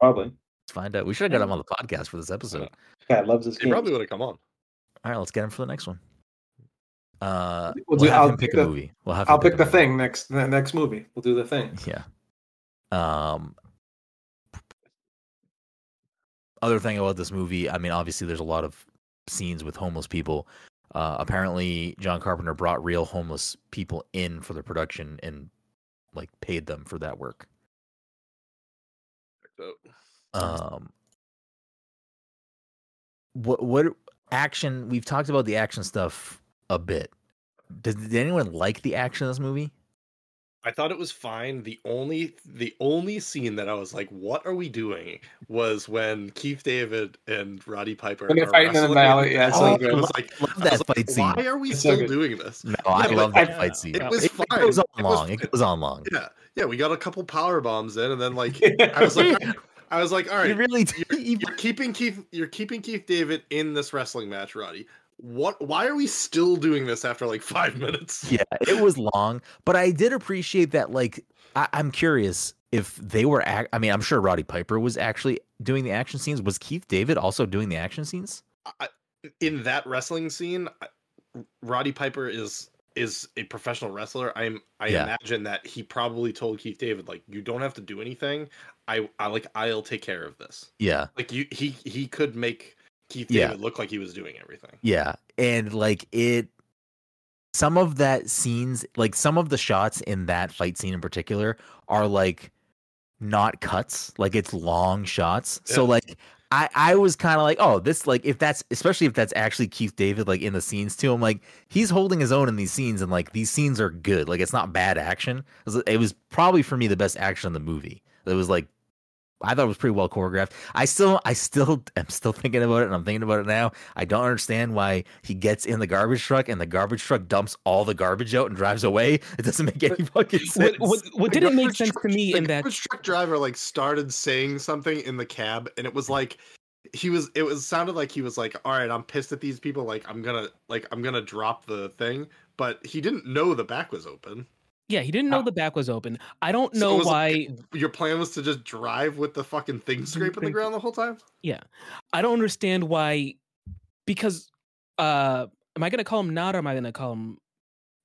Probably. find out. We should have got him on the podcast for this episode. God loves his He game. probably would have come on. All right, let's get him for the next one. Uh, We'll we'll, do- have I'll him pick pick a the- movie. We'll have him I'll pick a the movie. thing next the next movie. We'll do the thing. Yeah. Um. Other thing about this movie, I mean, obviously there's a lot of scenes with homeless people. Uh, apparently, John Carpenter brought real homeless people in for the production and like paid them for that work. So, Um, what what action? We've talked about the action stuff a bit. Does, did anyone like the action in this movie? I thought it was fine. The only the only scene that I was like, "What are we doing?" was when Keith David and Roddy Piper When they're are fighting in the wrestling. valley, yeah, it's Oh, like- I was like, Love I that was like, fight scene. Why are we It's so still good. doing this? No, Yeah, I but love that I- fight scene. it was it, fine. goes on It was long. fine. it goes on long. Yeah, yeah, we got a couple power bombs in, and then like I was like, I was like, all You right, really did. you- you're keeping Keith, you're keeping Keith David in this wrestling match, Roddy. What? Why are we still doing this after like five minutes? yeah, it was long, but I did appreciate that. Like, I, I'm curious if they were. Ac- I mean, I'm sure Roddy Piper was actually doing the action scenes. Was Keith David also doing the action scenes? I, in that wrestling scene, I- Roddy Piper is is a professional wrestler. I'm I Yeah. imagine that he probably told Keith David like, you don't have to do anything. I I like I'll take care of this. Yeah, Like you, he he could make Keith Yeah. David look like he was doing everything. yeah, and like it. Some of that scenes, like some of the shots in that fight scene in particular, are like not cuts. Like it's long shots. So Yeah. like. I, I was kind of like, oh, this like if that's especially if that's actually Keith David like in the scenes too. I'm like, he's holding his own in these scenes, and like these scenes are good. Like it's not bad action. It was, it was probably for me the best action in the movie. It was like I thought it was pretty well choreographed. I still, I still, am still thinking about it, and I'm thinking about it now. I don't understand why he gets in the garbage truck and the garbage truck dumps all the garbage out and drives away. It doesn't make any fucking sense. What, what, what The didn't make garbage sense truck- to me the in that garbage truck driver like started saying something in the cab and it was like he was it was sounded like he was like all right i'm pissed at these people like i'm gonna like i'm gonna drop the thing but he didn't know the back was open yeah, he didn't know Uh, the back was open. I don't So it know was why like, your plan was to just drive with the fucking thing scraping the Scraping. ground the whole time I don't understand why because uh am I gonna call him Nod or am I gonna call him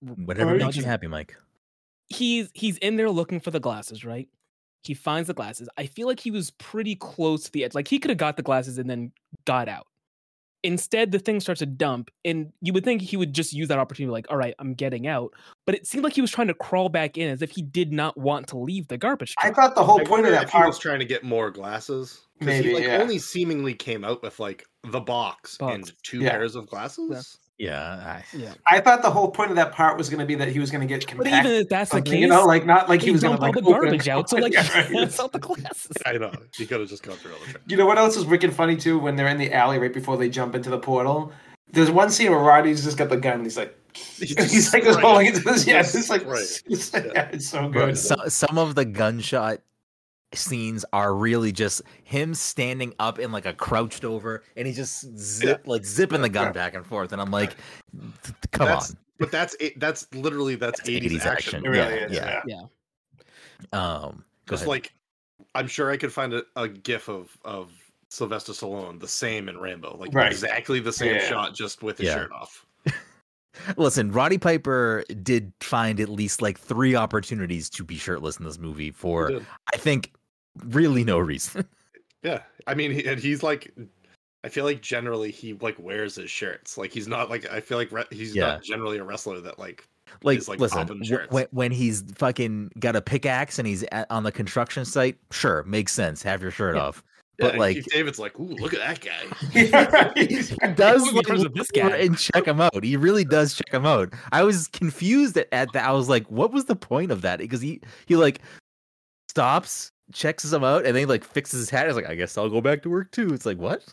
Whatever Or- makes you happy, Mike. he's he's in there looking for the glasses, right? He finds the glasses. I feel like he was pretty close to the edge. Like he could have got the glasses and then got out. Instead, the thing starts to dump, and you would think he would just use that opportunity, like, all right, I'm getting out. But it seemed like he was trying to crawl back in as if he did not want to leave the garbage I truck. thought the whole I point of wonder that if he power. was trying to get more glasses 'Cause Maybe, he like yeah. only seemingly came out with like the box, and Box. two Yeah. pairs of glasses Yeah, I, yeah. I thought the whole point of that part was going to be that he was going to get But compacted. even if that's the something, case, you know, like not like he, was going dumped to like all the open it. garbage out, so like Yeah, right. he has all the glasses. i know he could have just gone through all the trash. You know what else is wicked funny too? When they're in the alley right before they jump into the portal, there's one scene where Roddy's just got the gun. and He's like, He just he's like just sprayed. holding it. to his- Yeah, it's just Just like sprayed. it's, yeah, it's so Bro, good. so- some of the gunshot scenes are really just him standing up and like a crouched over, and he just zip like zipping the gun Yeah. back and forth, and I'm like, come That's- on, But that's it. That's literally that's That's eighties 80s action. It action. really yeah, is. yeah. Yeah. um, go Just ahead. like I'm sure I could find a, a GIF of of Sylvester Stallone the same in Rambo, like Right. exactly the same Yeah. shot, just with his Yeah. shirt off. Listen, Roddy Piper did find at least like three opportunities to be shirtless in this movie for He did. I think really no reason. Yeah, I mean, he, and he's like, I feel like generally he like wears his shirts. Like he's not like I feel like re- he's Yeah. not generally a wrestler that like like, He's, like, listen, popping wh- shirts. when, when he's fucking got a pickaxe and he's at, on the construction site, sure, makes sense. Have your shirt Yeah. off. yeah, But, and like- Keith David's like, ooh, look at that guy. Yeah, right. He does Who cares look of this over guy? and check him out. He really does check him out. I was confused at, at that. I was like, what was the point of that? Because he he like stops, checks him out, and then he like fixes his hat. He's like, I guess I'll go back to work too. It's like what?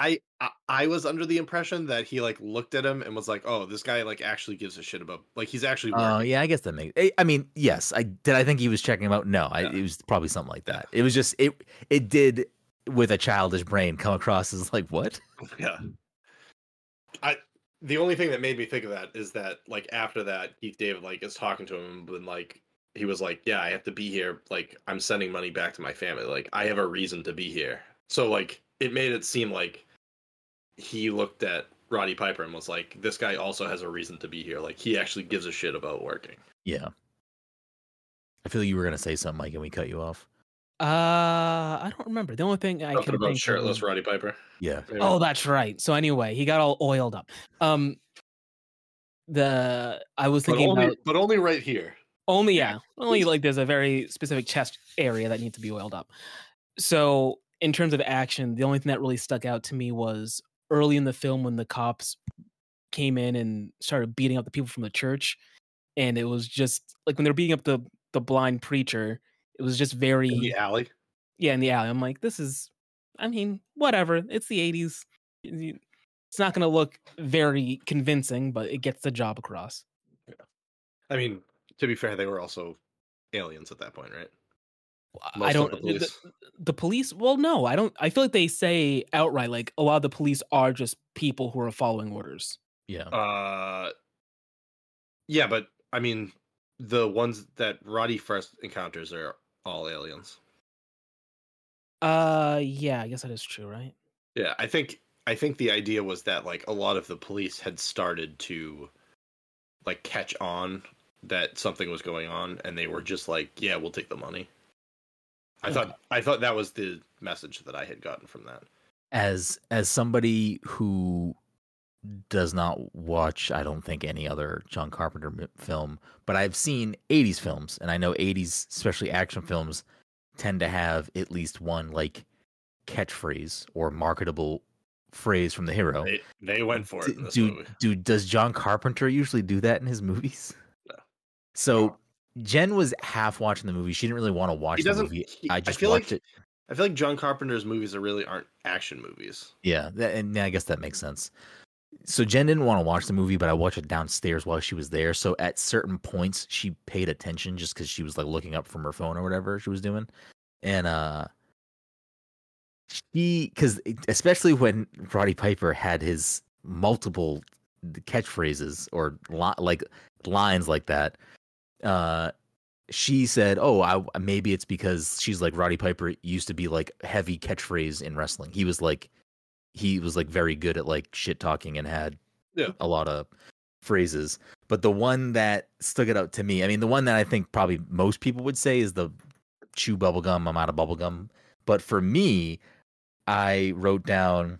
I, I I was under the impression that he like looked at him and was like, oh, this guy like actually gives a shit about like he's actually Oh wearing yeah, I guess that makes. eh, I, I mean, yes, I did. I think he was checking him out. No, I, Yeah. it was probably something like Yeah. that. It was just it. It did. with a childish brain come across as like what? Yeah. I the only thing that made me think of that is that like after that Keith David like is talking to him and like he was like, Yeah, I have to be here, like I'm sending money back to my family. Like I have a reason to be here. So like it made it seem like he looked at Roddy Piper and was like, This guy also has a reason to be here. Like he actually gives a shit about working. Yeah. I feel you were gonna say something, Mike, and we cut you off. Uh, I don't remember. The only thing I Something can think about of shirtless was- Roddy Piper. Yeah. Maybe. Oh, that's right. So anyway, he got all oiled up. Um, the I was but thinking only, about but only right here. only yeah, only like there's a very specific chest area that needs to be oiled up. So in terms of action, the only thing that really stuck out to me was early in the film when the cops came in and started beating up the people from the church, and it was just like when they're beating up the the blind preacher. It was just very In the alley. yeah, in the alley. I'm like, this is, I mean, whatever. It's the 80s. Y- It's not going to look very convincing, but it gets the job across. I mean, to be fair, they were also aliens at that point, right? I- Most I of don't. the The police. police. The, police? Well, no, I don't. I feel like they say outright like a lot of the police are just people who are following orders. Yeah. Uh, yeah, but I mean, the ones that Roddy first encounters are all aliens. Uh, yeah, I guess that is true, right? Yeah, I think I think the idea was that like a lot of the police had started to like catch on that something was going on, and they were just like, "Yeah, we'll take the money." I thought I thought that was the message that I had gotten from that. As as somebody who does not watch, I don't think any other John Carpenter m- film, but I've seen '80s films, and I know '80s, especially action films, tend to have at least one like catchphrase or marketable phrase from the hero. They, they went for it D- in this dude, movie. dude, does John Carpenter usually do that in his movies? No. So Jen was half watching the movie. She didn't really want to watch He the doesn't. movie. he- I just feel watched like, it. I feel like John Carpenter's movies are really aren't action movies. Yeah, that, and I guess that makes sense. So Jen didn't want to watch the movie, but I watched it downstairs while she was there. So at certain points, she paid attention just because she was like looking up from her phone or whatever she was doing, and uh, she because especially when Roddy Piper had his multiple catchphrases or li- like lines like that, uh, she said, "Oh, I maybe it's because she's like Roddy Piper used to be like heavy catchphrase in wrestling. He was like he was like very good at like shit talking and had Yeah. a lot of phrases. But the one that stuck it out to me, I mean, the one that I think probably most people would say is the chew bubblegum, I'm out of bubblegum. But for me, I wrote down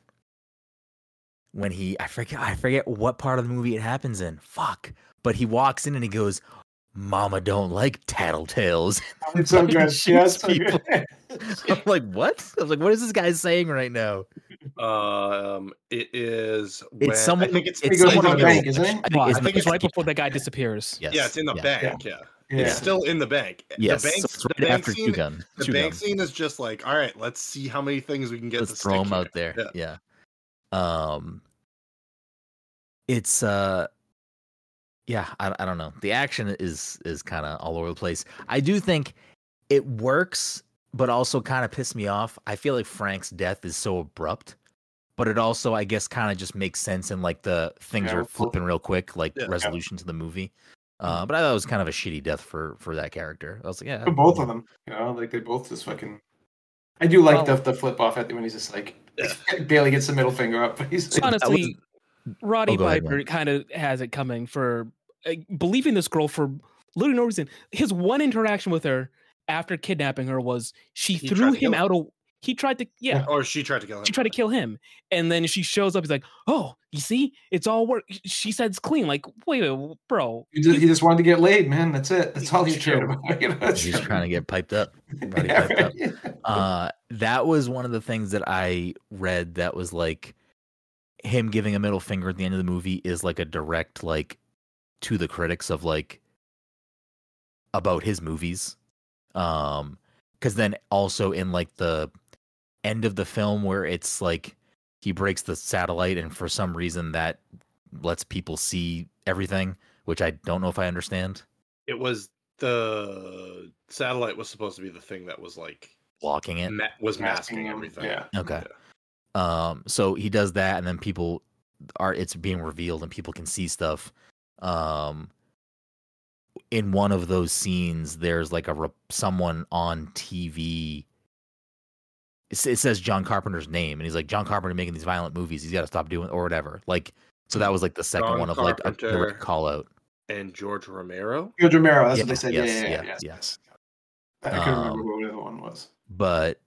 when he I forget I forget what part of the movie it happens in. Fuck. But he walks in and he goes, Mama don't like tattletales. It's so good. Yeah, it's so People. good. I'm like, what? I was like, what is this guy saying right now? Um, it is. when- It's someone. I think it's. He goes someone to the in bank, middle. isn't it? I Well, think it's, I think it's it's right before the guy disappears. Yes. yeah, it's in the yeah. bank. Yeah. Yeah. it's still in the bank. Yes, the bank. so it's the right bank after scene. Two Gun. The Two bank Gun. scene is just like, all right, let's see how many things we can get. to Let's throw stick him out here." there. Yeah. Um. It's uh. Yeah, I, I don't know. The action is is kind of all over the place. I do think it works, but also kind of pissed me off. I feel like Frank's death is so abrupt, but it also, I guess, kind of just makes sense and like the things Yeah, are well- flipping real quick, like Yeah. resolution to the movie. Uh, but I thought it was kind of a shitty death for for that character. I was like, yeah, For both of them, you know, like they both just fucking. I do like the, the flip off at the when he's just like barely gets the middle finger up, but he's So like, honestly, Roddy Oh, go ahead, Piper Mike. kind of has it coming for uh, believing this girl for literally no reason. His one interaction with her after kidnapping her was she He tried threw to kill him her. out. A, he tried to yeah. Or she tried to kill him. She tried to kill him, and then she shows up. He's like, "Oh, you see, it's all work." She said it's clean. Like, wait, a minute, bro. he just, he just wanted to get laid, man. That's it. That's all he's cared about. You know? That's- he's trying to get piped up. Roddy Yeah, piped up. right. Yeah. uh that was one of the things that i read that was like him giving a middle finger at the end of the movie is like a direct like to the critics of like about his movies um because then also in like the end of the film where it's like he breaks the satellite and for some reason that lets people see everything which i don't know if i understand It was the satellite was supposed to be the thing that was like blocking it. ma- was Masking masking, him, everything. yeah. Okay. Um, so he does that, and then people are it's being revealed, and people can see stuff. Um, in one of those scenes, there's like a rep- someone on TV. It, s- it says John Carpenter's name, and he's like John Carpenter making these violent movies. He's got to stop doing or whatever. Like, so that was like the second John one of like a direct Carpenter. call out. And George Romero. George Romero. That's what Yeah, they said. yes, yeah, yeah, yeah, yeah, yes, yeah. yes. I couldn't Um, remember what the other one was. but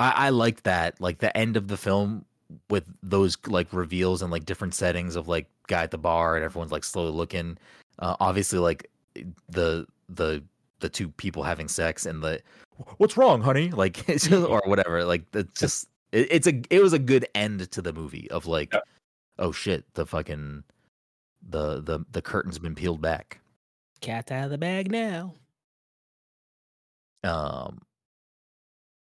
I, I liked that like the end of the film with those like reveals and like different settings of like guy at the bar and everyone's like slowly looking uh, obviously like the the the two people having sex and the what's wrong honey like it's just- or whatever like that's just it, it's a it was a good end to the movie of like Yeah. oh shit the fucking the the the curtain's been peeled back Cat out of the bag now. um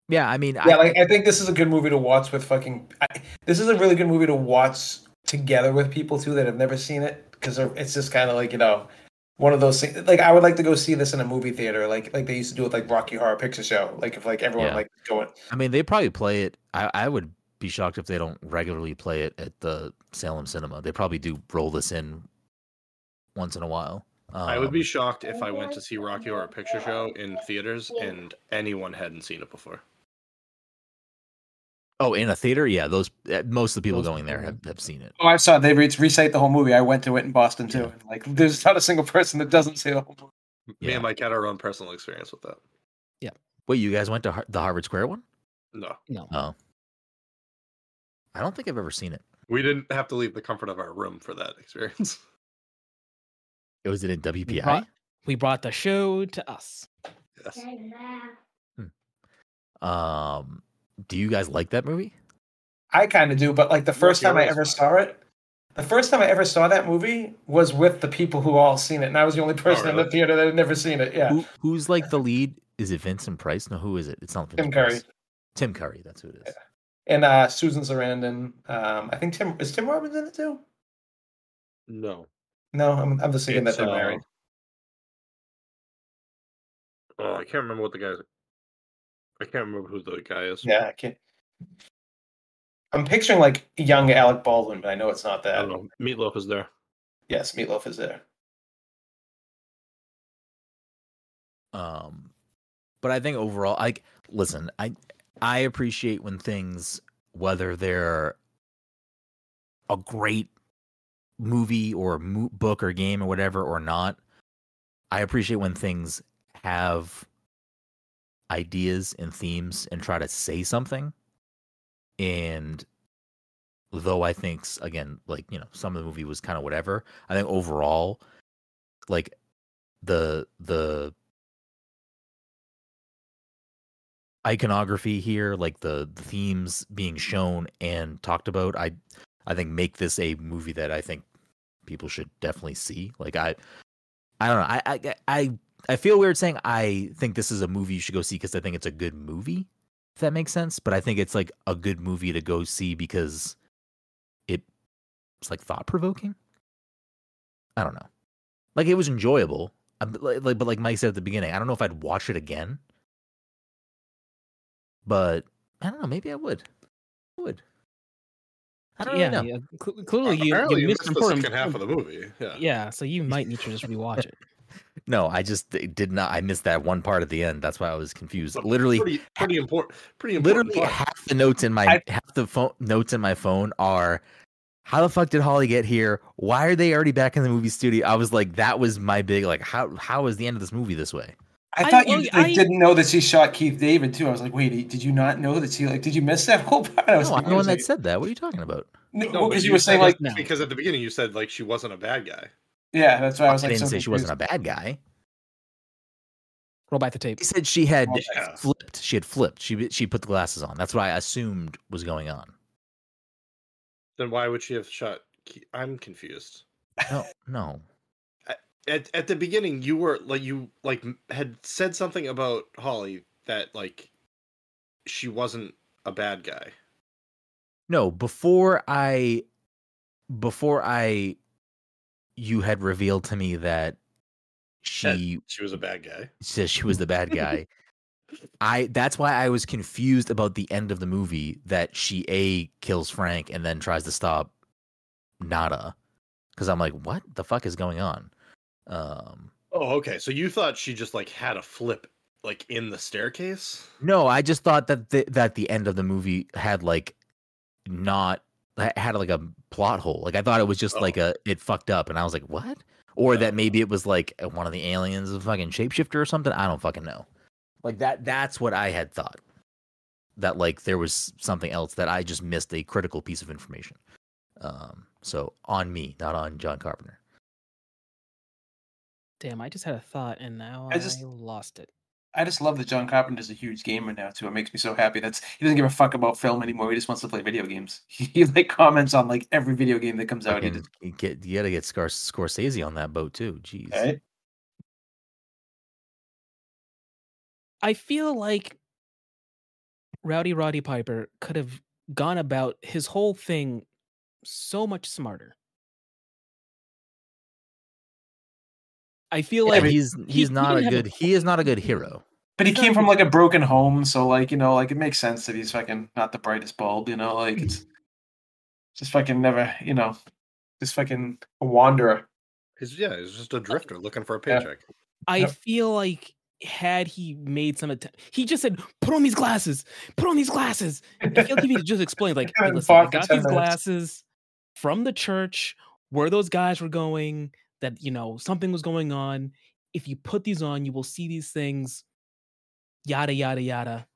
yeah i mean Yeah, like I think this is a good movie to watch with fucking. I, this is a really good movie to watch together with people too that have never seen it because it's just kind of like you know one of those things. Like I would like to go see this in a movie theater, like like they used to do with like Rocky Horror Picture Show. Like if like everyone Yeah. like going, I mean, they probably play it. I, I would be shocked if they don't regularly play it at the Salem Cinema. They probably do roll this in once in a while. Um, I would be shocked if I went to see Rocky Horror Picture Show in theaters and anyone hadn't seen it before. Oh, in a theater? Yeah, those uh, most of the people Most going there people. have, have seen it. oh, I saw they re- recite the whole movie. I went to it in Boston too. Yeah. Like there's not a single person that doesn't see the whole movie. Me Yeah. and Mike had our own personal experience with that. Wait, you guys went to Har- the Harvard Square one? No, No. Oh, I don't think I've ever seen it. we didn't have to leave the comfort of our room for that experience. It was Oh, it in WPI? brought- We brought the show to us. yes. Um, do you guys like that movie? I kind of do, but like the first time I Heroes. ever saw it, the first time I ever saw that movie was with the people who all seen it, and I was the Oh, only person in the really? theater that had never seen it. Yeah, Who, who's like the lead? Is it Vincent Price? No, who is it? It's not Tim Vincent Curry. Price. Tim Curry. That's who it is. and uh, Susan Sarandon. Um, I think Tim is Tim Robbins in it too. No. No, I'm, I'm just thinking It's, that they're uh, married. Oh, I can't remember what the guy's. I can't remember who the guy is. Yeah, I can't. I'm picturing like young Alec Baldwin, but I know it's not I that. don't Oh. know. Meatloaf is there. Yes, Meatloaf is there. um but i think overall i listen i i appreciate when things whether they're a great movie or mo- book or game or whatever or not i appreciate when things have ideas and themes and try to say something and though i think s- again like you know some of the movie was kind of whatever i think overall like the the iconography here, like the, the themes being shown and talked about, I I think make this a movie that I think people should definitely see. Like I I don't know. I I I, I feel weird saying I think this is a movie you should go see because I think it's a good movie. If that makes sense, but I think it's like a good movie to go see because it it's like thought provoking. I don't know. Like it was enjoyable. I'm- Like, like- but like Mike said at the beginning, I don't know if I'd watch it again but I don't know. Maybe I would. I would. I don't yeah, really know. yeah, cl- Clearly, you, Apparently, you missed the important. second half of the movie. Yeah. Yeah, so you might need to just rewatch it. No, I just d- did not. I missed that one part at the end. That's why I was confused. But Literally, Pretty, pretty important. Pretty important. literally part. half the notes in my I- half the phone notes in my phone are. How the fuck did Holly get here? Why are they already back in the movie studio? I was like, that was my big like. How how is the end of this movie this way? I, I- thought you well, like, I- didn't know that she shot Keith David too. I was like, wait, he- did you not know that she like? Did you miss that whole part? I was No, I'm the confused, one that like, said that. What are you talking about? no, No, because but you, were saying said like, no. because at the beginning you said like she wasn't a bad guy. yeah, that's why I I, was like, didn't so say she confused. wasn't a bad guy. Roll back the tape. He said she had Well, yeah. flipped. She had flipped. She she put the glasses on. That's what I assumed was going on. Then why would she have shot? Ke- I'm confused. No, no. At at the beginning you were like you like m- had said something about Holly that like she wasn't a bad guy. No, before I before I you had revealed to me that she She was a bad guy. says she was the bad guy. I that's why I was confused about the end of the movie that she a kills Frank and then tries to stop Nada because I'm like, what the fuck is going on? Um, Oh, okay. So you thought she just like had a flip like in the staircase? no, I just thought that the, that the end of the movie had like not ha- had like a plot hole. Like I thought it was just Oh. like a it fucked up, and I was like, what? Or that Oh. maybe it was like uh, one of the aliens, a fucking shapeshifter or something. I don't fucking know. Like that. That's what I had thought. That like there was something else that I just missed a critical piece of information. Um, so on me, not on John Carpenter. Damn, I just had a thought and now I, I just- lost it. I just love that John Carpenter's a huge gamer now too. It makes me so happy. That's he doesn't give a fuck about film anymore. He just wants to play video games. He like comments on like every video game that comes out. He Fucking get you gotta get Scar- Scorsese on that boat too. Jeez. Eh? just- right? I feel like Rowdy Roddy Piper could have gone about his whole thing so much smarter. I feel Yeah, like he's he- he's he not a didn't have a good he is point. not a good hero. But he came from like a broken home, so like you know, like it makes sense that he's fucking not the brightest bulb. You know, like it's just fucking never. You know, just fucking a wanderer. He's yeah, he's just a drifter looking for a paycheck. I Yep. feel like had he made some attempt, he just said, "Put on these glasses. Put on these glasses." I feel like if he just explained, like, "Hey, haven't listen, I fought for got 10 these minutes." glasses from the church where those guys were going. That you know something was going on. If you put these on, you will see these things." Yada yada yada.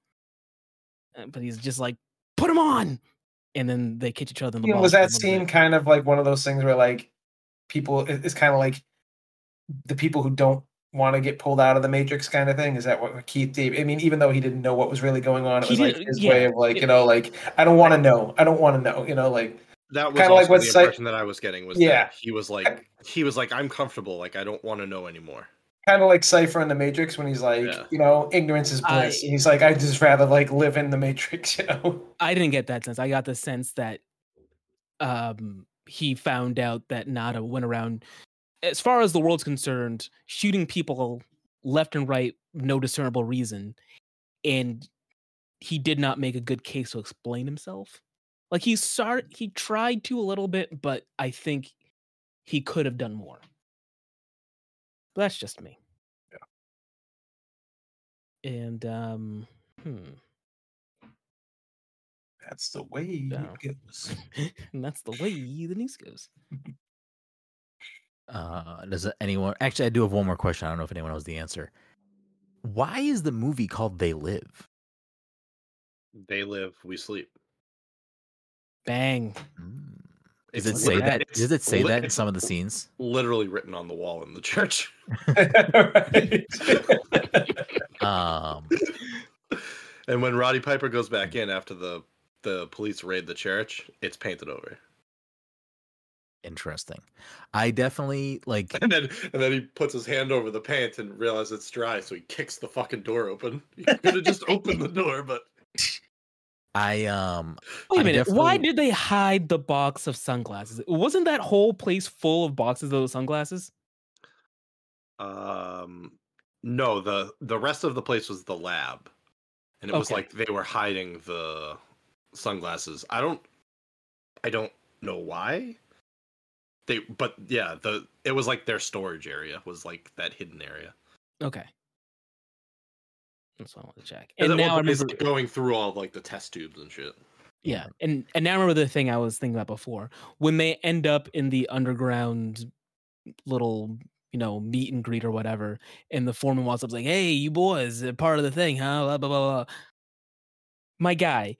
Uh, But he's just like, "Put them on," and then they catch each other in the You know, was balls for a that little scene bit. kind of like one of those things where like people? it- It's kind of like the people who don't want to get pulled out of the matrix kind of thing. Is that what Keith Dave? I mean, even though he didn't know what was really going on, it He was like didn't- his yeah, way of like it- you know, like I don't want to know. I don't want to know. You know, like That was Kinda also like what the Sy- impression that I was getting was Yeah. that he was like he was like I'm comfortable, like I don't want to know anymore. kind of like Cypher in the Matrix when he's like, Yeah. you know, ignorance is bliss. I- and he's like, I just rather like live in the Matrix, you know. I didn't get that sense. I got the sense that um he found out that Nada went around as far as the world's concerned, shooting people left and right, no discernible reason. And he did not make a good case to explain himself. Like he started he tried to a little bit, but I think he could have done more. But that's just me. Yeah. And um hmm. That's the way it Yeah. goes. and that's the way the news goes. Uh, does it- anyone actually? I do have one more question. I don't know if anyone knows the answer. Why is the movie called They Live? They live, we sleep. Bang. Mm. Does it Hmm. It's say lit- that? it's Does it say lit- that in it's some of the scenes? Literally written on the wall in the church. Um, and when Roddy Piper goes back in after the the police raid the church, it's painted over. interesting. I definitely like. And then and then he puts his hand over the paint and realizes it's dry, so he kicks the fucking door open. He could have just opened the door, but I um. Wait a I minute. Why definitely- did they hide the box of sunglasses? Wasn't that whole place full of boxes of those sunglasses? Um, no the the rest of the place was the lab, and it was Okay. like they were hiding the sunglasses. I don't, I don't know why. They, but yeah, the it was like their storage area was like that hidden area. Okay. That's what I want to check. And, And, at one now I point he's, remember, like, going through all of, like the test tubes and shit. yeah, and and now I remember the thing I was thinking about before when they end up in the underground little you know meet and greet or whatever, and the foreman walks up like, "Hey, you boys, uh, part of the thing, huh?" Blah blah blah. blah." My guy,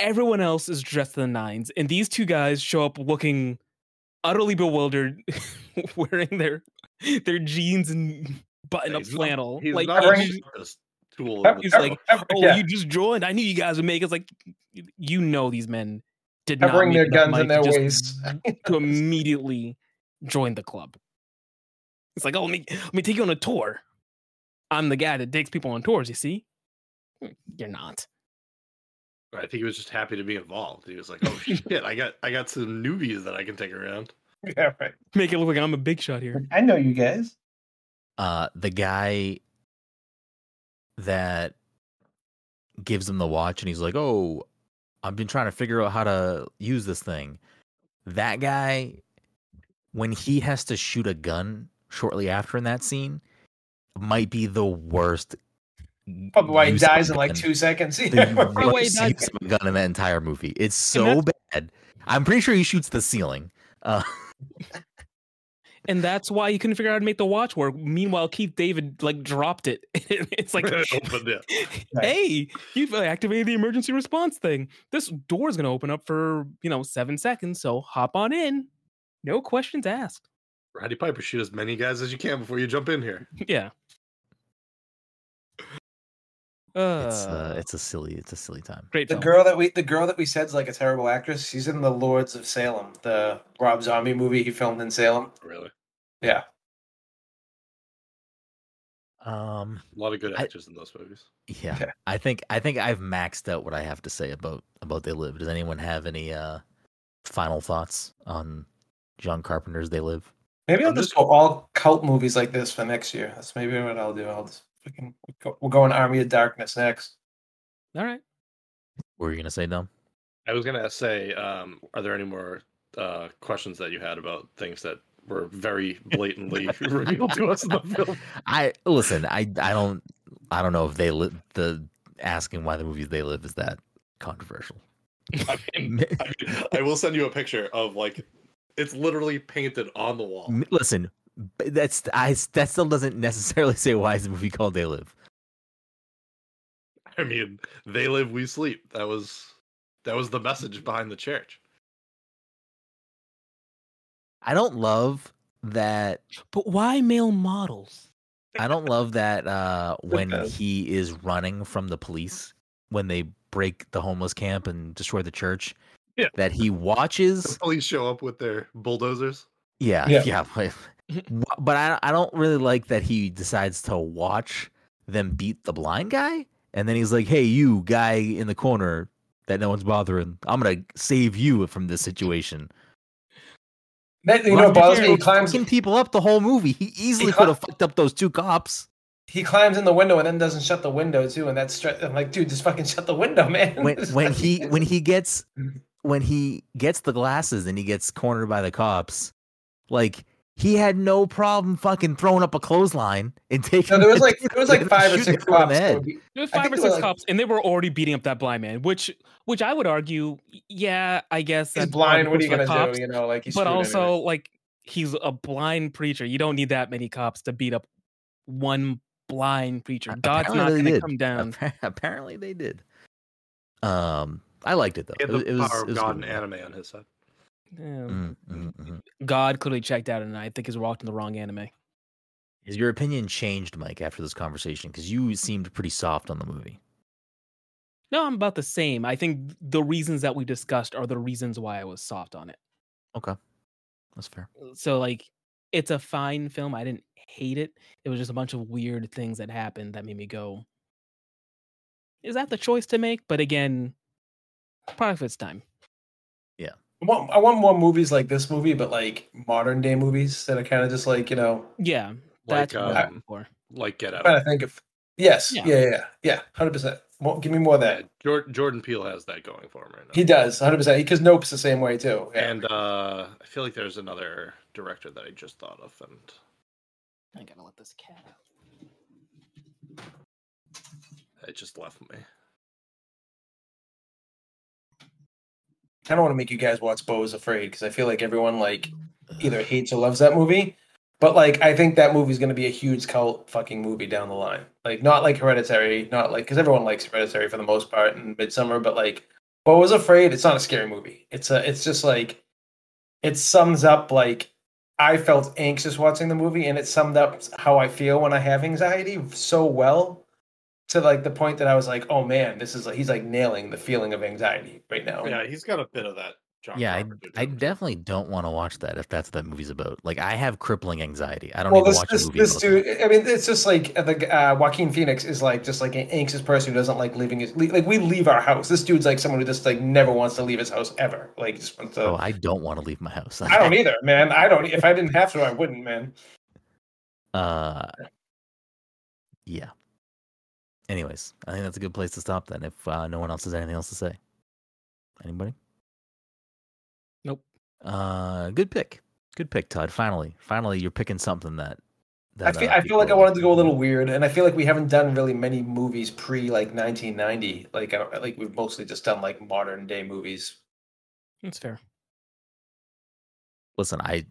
everyone else is dressed to the nines, and these two guys show up looking utterly bewildered, wearing their their jeans and button up He's not- flannel. He's like not you bring- a ju- sharpest tool. in the He's drawer. like, oh, yeah. you just joined. I knew you guys would make it. It's like, y- you know, these men did not Covering make their it up, guns in Mike, their to just- waist. to immediately join the club. It's like, oh, let me let me take you on a tour. I'm the guy that takes people on tours. You see, Mm, you're not. I think he was just happy to be involved. He was like, "Oh shit, I got I got some newbies that I can take around." yeah, right. Make it look like I'm a big shot here. I know you guys. uh the guy that gives him the watch and he's like, "Oh, I've been trying to figure out how to use this thing." That guy when he has to shoot a gun shortly after in that scene might be the worst. Probably why he use of dies a in like gun two seconds. the Wait, wait, worst that- use of a gun in that entire movie. It's so bad. I'm pretty sure he shoots the ceiling. Uh, and that's why you couldn't figure out how to make the watch work. Meanwhile, Keith David like dropped it. it's like, oh, Opened it. hey, you've uh, activated the emergency response thing. This door's gonna open up for you know seven seconds, so hop on in. No questions asked. Roddy Piper, shoot as many guys as you can before you jump in here. yeah. Uh, it's uh, it's a silly it's a silly time. great. The film. girl that we the girl that we said's like a terrible actress. She's in the Lords of Salem, the Rob Zombie movie he filmed in Salem. Really, Yeah, Um, a lot of good I- actors in those movies. yeah, Okay. I think I think I've maxed out what I have to say about about They Live. Does anyone have any uh final thoughts on John Carpenter's They Live? maybe I'll I'm just just- go all cult movies like this for next year. That's maybe what I'll do. I'll just fucking go, we'll go on Army of Darkness next. All right. What were you gonna say, Dom? I was gonna say, um, are there any more uh, questions that you had about things that were very blatantly revealed to us in the film? I listen. I I don't I don't know if they li- the asking why the movies They Live is that controversial. I mean, I, mean, I will send you a picture of like it's literally painted on the wall. M- Listen, b- that's I s- that still doesn't necessarily say why is the movie called They Live. I mean, they live, we sleep. That was that was the message behind the church. I don't love that. But why male models? I don't love that uh, when does. he is running from the police when they break the homeless camp and destroy the church. Yeah. That he The watches. police show up with their bulldozers. Yeah, Yeah. yeah. but, wh- but I I don't really like that he decides to watch them beat the blind guy, and then he's like, "Hey, you guy in the corner that no one's bothering, I'm gonna save you from this situation." That, you know, Why did what bothers me. they He climbs fucking people up the whole movie. He easily cli- could have fucked up those two cops. he climbs in the window and then doesn't shut the window too. And that's stre- I'm like, dude, just fucking shut the window, man. When when he when he gets when he gets the glasses and he gets cornered by the cops, like he had no problem fucking throwing up a clothesline and taking. no, there was the- like there was like five or shooting six everyone cops. in the head. so he- There were I five think or they were six like- cops, and they were already beating up that blind man. Which, which I would argue, y- yeah, I guess He's that's blind. What are you arguable gonna for cops, do? You know, like he's but also, like, he's a blind preacher. You don't need that many cops to beat up one blind preacher. A- God's not apparently going they to did. come down. Appa- Apparently they did. Um, I liked it though. He had it, the was- it was, power it of was God and good. anime on his side. Yeah. Mm, mm, mm. God clearly checked out, and I think he's walked in the wrong anime. Has your opinion changed, Mike, after this conversation? Because you seemed pretty soft on the movie. No, I'm about the same. I think the reasons that we discussed are the reasons why I was soft on it. That's fair. so like it's a fine film i didn't hate it it was just a bunch of weird things that happened that made me go is that the choice to make but again product of its time I want, I want more movies like this movie, but like modern day movies that are kind of just like you know. yeah Like that's what I'm um, looking for like Get I'm Out. trying to think of yes, Yeah. yeah, yeah, yeah, yeah, hundred percent. Give me more of Yeah, that. Jor- Jordan Peele has that going for him right now. He does hundred percent because Nope's the same way too. Yeah. And uh, I feel like there's another director that I just thought of, and i gotta let this cat out it just left me. I don't want to make you guys watch Bo is Afraid because I feel like everyone like either hates or loves that movie. But like, I think that movie's going to be a huge cult fucking movie down the line. Like, not like Hereditary, not like because everyone likes Hereditary for the most part in Midsummer. But like, Bo is Afraid. It's not a scary movie. It's a. It's just like, it sums up like I felt anxious watching the movie, and it summed up how I feel when I have anxiety so well. To like the point that I was like, oh man, this is like he's like nailing the feeling of anxiety right now. Oh, Yeah, he's got a bit of that. John yeah, I, Carpenter I doing. definitely don't want to watch that if that's what that movie's about. Like, I have crippling anxiety. I don't well, even this watch this, a movie. this about dude. that. I mean, it's just like the g- uh, Joaquin Phoenix is like just like an anxious person who doesn't like leaving his le- like we leave our house. This dude's like someone who just like never wants to leave his house ever. Like just wants to. Oh, I don't want to leave my house. uh I don't either, man. I don't. If I didn't have to, I wouldn't, man. uh, yeah. Anyways, I think that's a good place to stop then. If uh, no one else has anything else to say, anybody? Nope. Uh, good pick. Good pick, Todd. Finally, finally, you're picking something that. I that feel, uh, I feel like I people- wanted to go a little weird, and I feel like we haven't done really many movies pre like 1990. Like I don't, like we've mostly just done like modern day movies. That's fair. Listen, I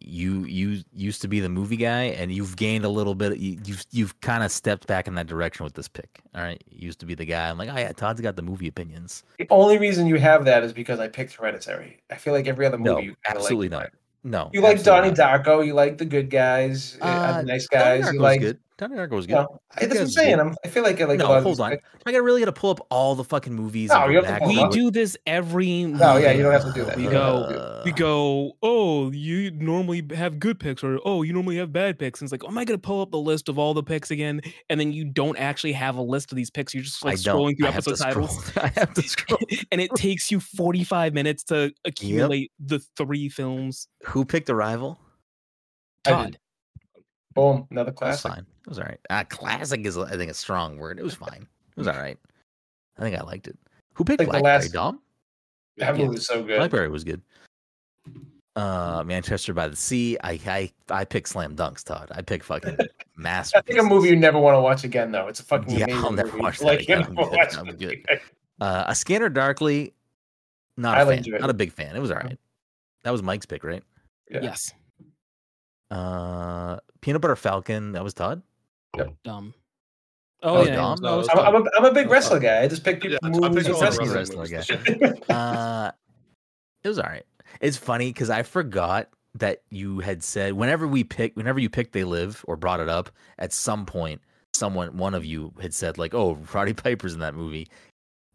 you you used to be the movie guy, and you've gained a little bit. You, you've you've kind of stepped back in that direction with this pick. All right, you used to be the guy. I'm like, oh yeah, Todd's got the movie opinions. The only reason you have that is because I picked Hereditary. I feel like every other movie, No, you kinda absolutely like, not. No, You like Donnie absolutely not. Darko. You like the good guys, uh, Uh, the nice Donnie guys. Darko you was like. good. Donnie Darko was good. No, I, that's what I'm Good Guys is saying. good. I'm, I feel like I like. a no, lot of hold these- on. Am I gonna really gotta pull up all the fucking movies? No, and go you have to back pull them and We up. look? do this Oh, every. No, yeah, you don't have to do Uh, that. We You go. don't have to do that. we go, oh, you normally have good picks, or oh, you normally have bad picks. And it's like, "Oh, am I going to pull up the list of all the picks again? And then you don't actually have a list of these picks. You're just like I don't. scrolling through I have to episode titles, scroll. I have to scroll. and it takes you 45 minutes to accumulate the three films. Who picked Arrival? I did. Todd, Boom, another It was classic. fine. It was all right. Uh, classic is, I think, a strong word. It was fine. It was all right. I think I liked it. Who picked Like the Blackberry? last- Dom? That Yeah. movie was so good. Blackberry was good. Uh, Manchester by the Sea. I I I picked Slam Dunks, Todd. I picked fucking Master. I think a movie you never want to watch again, though. It's a fucking Yeah, amazing I'll never movie. watch that like, again. You never That watch sounds it good. again. Uh, a Scanner Darkly. Not I a liked fan. it. Not a big fan. It was all right. That was Mike's pick, right? Yeah. yes, Uh, Peanut Butter Falcon. That was Todd. dumb. That Oh, was yeah. Dom. No, was it I'm, was Todd. I'm, a, I'm a big That's wrestler fine. guy. I just pick Yeah, people. I picked movies and all wrestling the wrestlers. wrestling wrestler movies. Uh, it was all right. It's funny because I forgot that you had said whenever we pick, whenever you picked "They Live" or brought it up at some point, someone, one of you had said like, "Oh, Roddy Piper's in that movie,"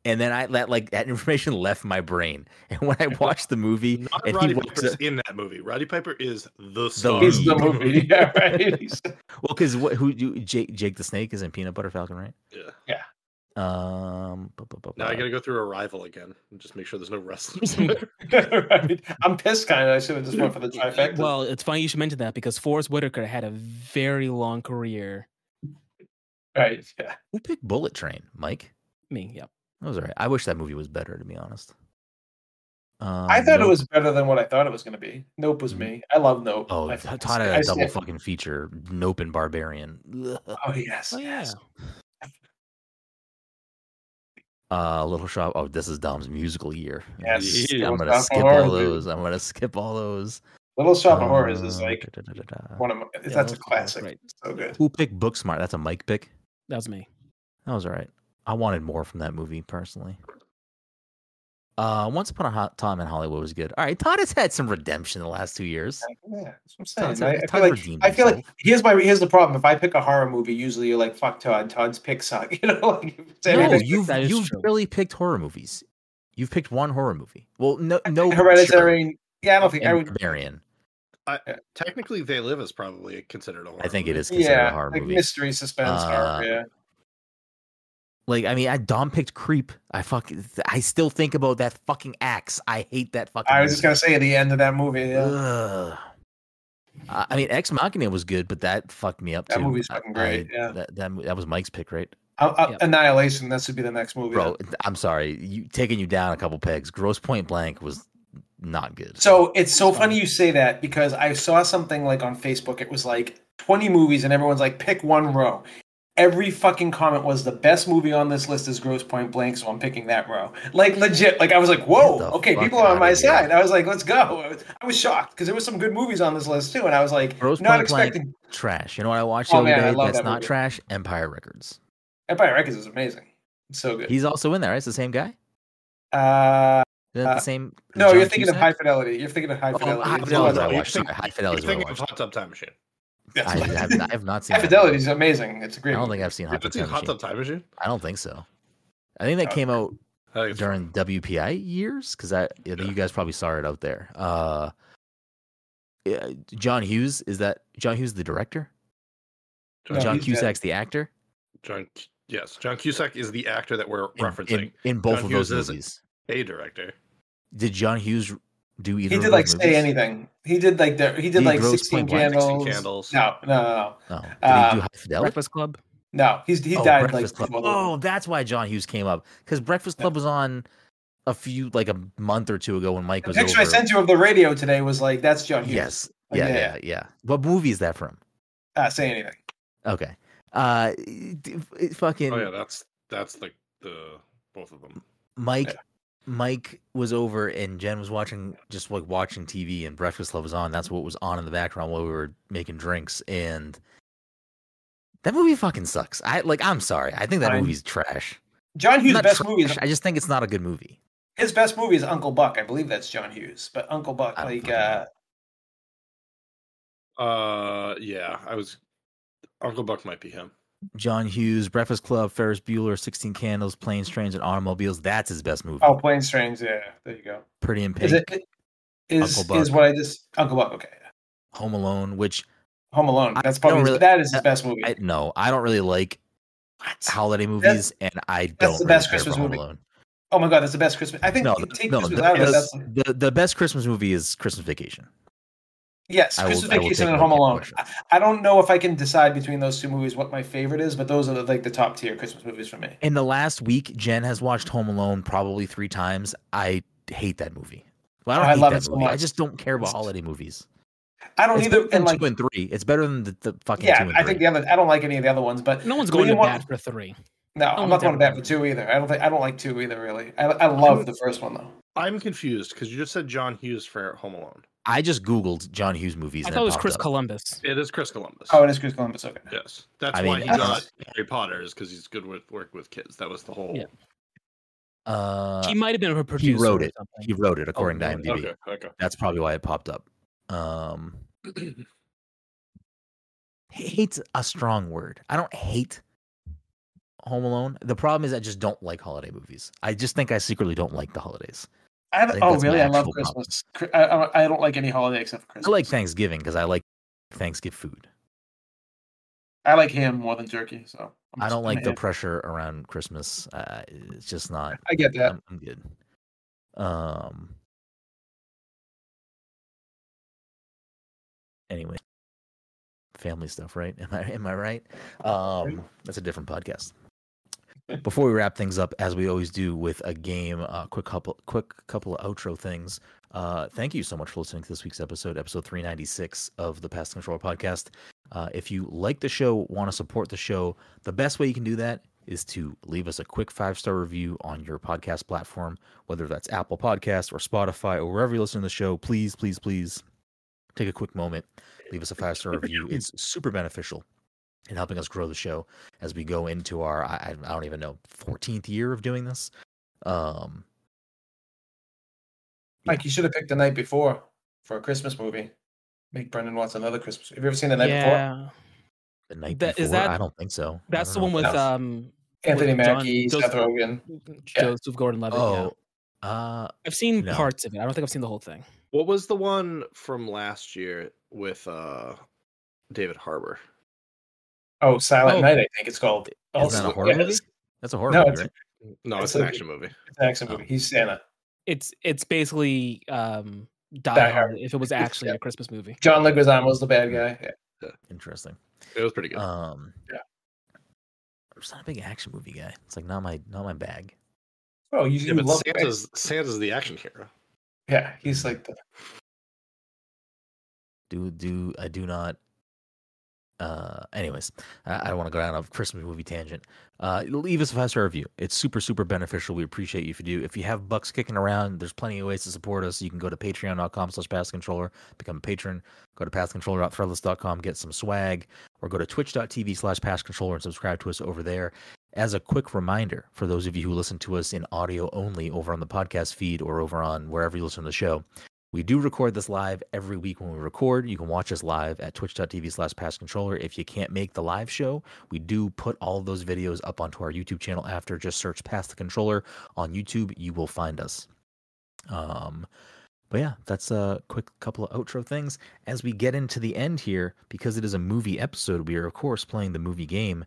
and then I that like that information left my brain. And when I watched the movie, Not and Roddy he walks Piper's up- in that movie. Roddy Piper is the star. He's the of movie. Yeah, right. He's- well, because what who you, Jake Jake the Snake is in Peanut Butter Falcon, right? Yeah. Um, bu- bu- bu- Now I bu- gotta go through Arrival again and just make sure there's no wrestlers. right. I'm pissed, kind of. I should have just went for the trifecta. Well, it's funny you should mention that because Forrest Whitaker had a very long career. right. Yeah. who picked Bullet Train, Mike? Me, yeah. That was all right. I wish that movie was better, to be honest. Um, I thought it Nope. was better than what I thought it was going to be. Nope was Mhm. me. I love Nope. Oh, I I fucking- Todd I had a double said- fucking feature: Nope and Barbarian. Ugh. Oh yes. Oh, yeah. yes. Uh, Little Shop. Oh, this is Dom's musical year. I'm gonna Yes. s- Yeah. I'm gonna Shop of skip all Horrors, dude. those. I'm gonna skip all those. Little Shop of Horrors is Uh, like da- da- da- da. one of my, Yeah, that's Little Shop a of Horrors, classic. right. So good. Who picked Booksmart? That's a Mike pick. That was me. That was all right. I wanted more from that movie personally. Uh, Once Upon a Hot Time in Hollywood was good. All right, Todd has had some redemption in the last two years. Yeah, that's what I'm saying. Todd's I, had- I Todd feel like redeemed I feel like himself. here's my here's the problem. If I pick a horror movie, usually you're like, "Fuck Todd." Todd's pick suck. You know, like if it's No, anything- you've that is you've true. barely picked horror movies. You've picked one horror movie. Well, no, no, sure, Hereditary. Yeah, I don't think I and would. Barbarian. Technically, They Live is probably considered a horror. I think it movie. is considered a Yeah, horror like movie. mystery suspense Uh, horror. Yeah, Like, I mean, I Dom picked Creep. I fucking, I still think about that fucking axe. I hate that fucking. I was just movie. gonna say the end of that movie. Uh, Yeah, Ugh. I I mean, Ex Machina was good, but that fucked me up That too. movie's I- fucking great, I- yeah. that, that mo- that was Mike's pick, right? Uh, uh, yeah. Annihilation. That should be the next movie. Bro, I'm sorry, you taking you down a couple pegs. Gross Point Blank was not good. So it's so funny you say that because I saw something like on Facebook. It was like 20 movies, and everyone's like, pick one row. Every fucking comment was the best movie on this list is Gross Point Blank, so I'm picking that row. Like legit, like I was like, whoa, the okay, fuck people are outta on my here. side. I was like, let's go. I was, I was shocked because there was some good movies on this list too, and I was like, Gross not Point Blank. expecting. trash. You know what I watched the Oh, other man, I day? love That's that not movie. trash. Empire Records. Empire Records is amazing. It's so good. He's also in there. Right? It's the same guy. Uh, Isn't that Uh, the same? no, John you're thinking of Cusack? High Fidelity. You're thinking of High Oh, Fidelity. High It's Fidelity one is of what I you're watched. Sorry, thinking- High You're Fidelity is what I thinking of watched. Hot Tub Time Machine. the- I have not, I have not seen. High that Fidelity movie. is amazing. It's a great. I don't movie. think I've seen You've Hot Tub seen Time Hot Machine. Tub Time Machine? I don't think so. I think that Okay. came out I think it's- during WPI years because I, I think Yeah. you guys probably saw it out there. Uh, yeah, John Hughes is that John Hughes the director? No, John he's dead. Cusack's the actor. John, yes, John Cusack is the actor that we're In, referencing. in, in both John of Hughes those is- movies, a director. did John Hughes do either? He of did those like say movies? anything. He did like the, he did He like grows sixteen Point Blank. candles. 16 Candles. No, no, no, no. No. Did he Uh, do High Fidelity? Breakfast Club. No, he's he Oh, died like Breakfast Club. well, Oh, that's why John Hughes came up because Breakfast Club was on a few like a month or two ago when Mike the was picture over. I sent you of the radio today was like that's John Hughes. yes, Like, yeah, yeah, yeah, yeah, What movie is that from? Not saying anything. Okay, uh, d- it fucking Oh yeah, that's that's like the both of them. Mike. Yeah. Mike was over and Jen was watching just like watching TV and Breakfast Club was on. That's what was on in the background while we were making drinks and that movie fucking sucks. I like I'm sorry. I think that Fine. movie's trash. John Hughes' Not best trash. movie is I just think it's not a good movie. his best movie is Uncle Buck. I believe that's John Hughes. But Uncle Buck, I don't like fucking know. uh Uh, yeah, I was. Uncle Buck might be him. John Hughes, Breakfast Club, Ferris Bueller, 16 Candles, Planes, Trains, and Automobiles. That's his best movie. Oh Plain Strains, yeah. There you go. Pretty in Is Pink, it is Uncle Buck. is what I just Uncle Buck, okay. Home Alone, which Home Alone. I That's probably don't really- that is his I- best movie. I no, I don't really like What? holiday movies, and I don't. the really best care for Christmas Home movie. Alone. Oh my god, that's the best Christmas. I think No, you th- take no, Christmas the, out of it. That's, best, the, the best Christmas movie is Christmas Vacation. yes, I will- Christmas I will Vacation take and no Home Alone. question. I, I don't know if I can decide between those two movies what my favorite is, but those are the, like the top tier Christmas movies for me. In the last week, Jen has watched Home Alone probably three times. I hate that movie. Well, I don't I hate love that it so movie. I much. just don't care about It's- holiday movies. I don't It's better either. than And like, two and three. It's better than the, the fucking two yeah, and three. I think the other. I don't like any of the other ones, but No one's We going to didn't want- bat for three. Mm, no, don't I'm like not going to that bat one. for two either. I don't think I don't like two either. Really, I, I love the first one though. I'm confused because you just said John Hughes for Home Alone. I just Googled John Hughes movies. I and thought it was popped Chris up. Columbus. It is Chris Columbus. Oh, it is Chris Columbus. Okay, yes, that's I why mean, he that's- got Harry Potter is because he's good with work with kids. That was the whole. Yeah. Uh, he Oh, might have been a producer. wrote or it. something. He wrote it according to wrote it. IMDb. Oh, Okay, okay. That's probably why it popped up. Um, h- hate's a strong word. I don't hate Home Alone. The problem is I just don't like holiday movies. I just think I secretly don't like the holidays. I I don't, think oh that's my really? I love actual problem. Christmas. Cri- I, I don't- I don't like any holiday except for Christmas. I like Thanksgiving because I like Thanksgiving food. I like ham more than turkey. So I'm I don't just- like the I'm a ham. pressure around Christmas. Uh, it's just not. I get that. I'm, I'm good. Um. Anyway, family stuff, right? Am I am I right? Um, that's a different podcast. Before we wrap things up, as we always do with a game, uh, quick couple, quick couple of outro things. Uh, thank you so much for listening to this week's episode, episode 396 of the Past Control podcast. Uh, if you like the show, want to support the show, the best way you can do that is to leave us a quick five star review on your podcast platform, whether that's Apple Podcasts or Spotify or wherever you listen to the show. Please, please, please take a quick moment, leave us a five star review. It's super beneficial in helping us grow the show as we go into our, I, I don't even know, 14th year of doing this. Um, Mike, you should have picked the night before for a Christmas movie. Make Brendan watch another Christmas. Have you ever seen the night before? yeah, the night That- before, is that- I don't think so. I that's the one don't know if with that's- um Anthony With John- Mackie, those- Seth Rogen. Joseph Gordon-Levitt. yeah. Oh, uh, I've seen no. parts of it. I don't think I've seen the whole thing. What was the one from last year with uh David Harbour? Oh, Silent Oh. Night. I think it's called. that a horror movie? It's, that's a horror No, movie, it's- right? No, It's it's, an like- action movie. it's an action movie. Oh. He's Santa. It's it's basically um Die, Die Hard Hard. if it was actually Yeah. a Christmas movie. John Leguizamo's the Hmm. bad guy. Yeah. Interesting. It was pretty good. Um, Yeah. I'm just not a big action movie guy. It's like not my not my bag. Oh, you, yeah, you but love Santa's Santa's the action hero. Yeah, he's like the Do do I do not. Uh, anyways, I, I don't want to go down a Christmas movie tangent. Uh, leave us a five star review. It's super super beneficial. We appreciate you if you do. If you have bucks kicking around, there's plenty of ways to support us. You can go to Patreon.com/slash Pass Controller, become a patron. Go to PassController.threadless.com, get some swag, or go to Twitch.tv/slash Pass Controller and subscribe to us over there. As a quick reminder for those of you who listen to us in audio only over on the podcast feed or over on wherever you listen to the show, we do record this live every week when we record. You can watch us live at twitch.tv slash pass controller. If you can't make the live show, we do put all of those videos up onto our YouTube channel after. Just search Pass the Controller on YouTube. You will find us. Um, but yeah, that's a quick couple of outro things. As we get into the end here, because it is a movie episode, we are, of course, playing the movie game,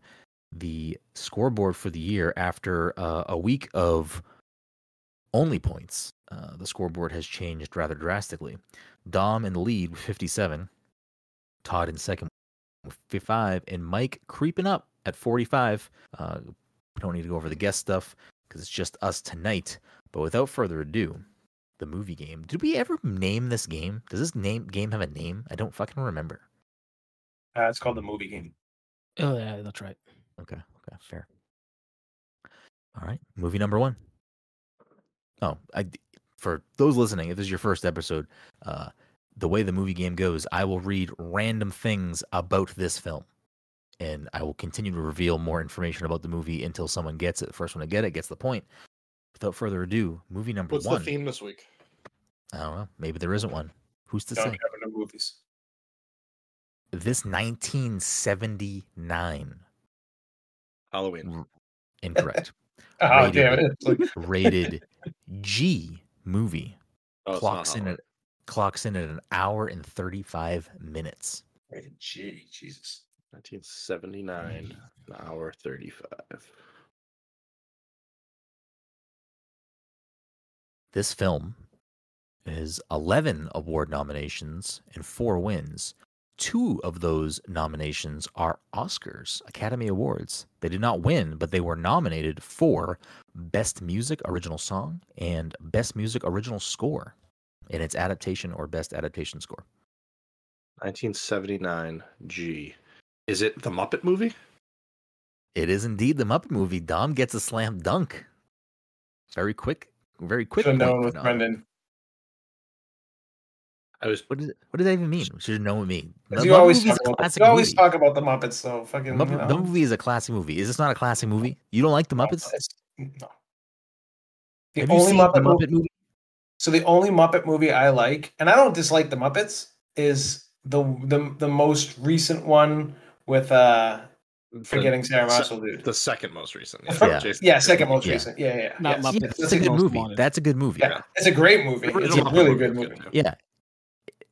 the scoreboard for the year after uh, a week of only points. Uh, the scoreboard has changed rather drastically. Dom in the lead with 57, Todd in second with 55, and Mike creeping up at 45. Uh, we don't need to go over the guest stuff because it's just us tonight. But without further ado, the movie game. Did we ever name this game? Does this name game have a name? I don't fucking remember. Uh, it's called the movie game. Oh yeah, that's right. Okay. Okay. Fair. All right. Movie number one. Oh, I, for those listening, if this is your first episode, uh, the way the movie game goes, I will read random things about this film. And I will continue to reveal more information about the movie until someone gets it. First one to get it gets the point. Without further ado, movie number What's one. the theme this week? I don't know. Maybe there isn't one. Who's to Oh, Don't say? cover no movies. This 1979. Halloween. Incorrect. Oh, Rated damn it. It's like- rated G movie Oh, it's not clocks in Halloween. at clocks in at an hour and 35 minutes. Gee, Jesus. 1979, an hour 35. This film has 11 award nominations and 4 wins. Two of those nominations are Oscars, Academy Awards. They did not win, but they were nominated for Best Music Original Song and Best Music Original Score in its adaptation or Best Adaptation Score. 1979 G. Is it the Muppet movie? It is indeed the Muppet movie. Dom gets a slam dunk. Very quick, very quick. Should have point known for with Dom. Brendan. I was What, is, what does that even mean? Should know what it mean. The 'Cause You Muppet always, movie's talk a about, classic you always movie. talk about the Muppets, so fucking. no. Muppet, The movie is a classic movie. Is this not a classic movie? You don't like the No, Muppets? it's- No. The Have you only seen Muppet, the mo- Muppet movie? So the only Muppet movie I like, and I don't dislike the Muppets, is the the the most recent one with uh forgetting Sarah se- Marshall, dude. the second most recent. The fir- Yeah. Jason- yeah, second most Yeah. recent. Yeah, yeah. Not yeah. Muppet. Yeah, Muppets. that's a good Most movie. wanted. That's a good movie. Yeah, it's a great The movie. It's original a Muppet really movie good was movie. too. Yeah.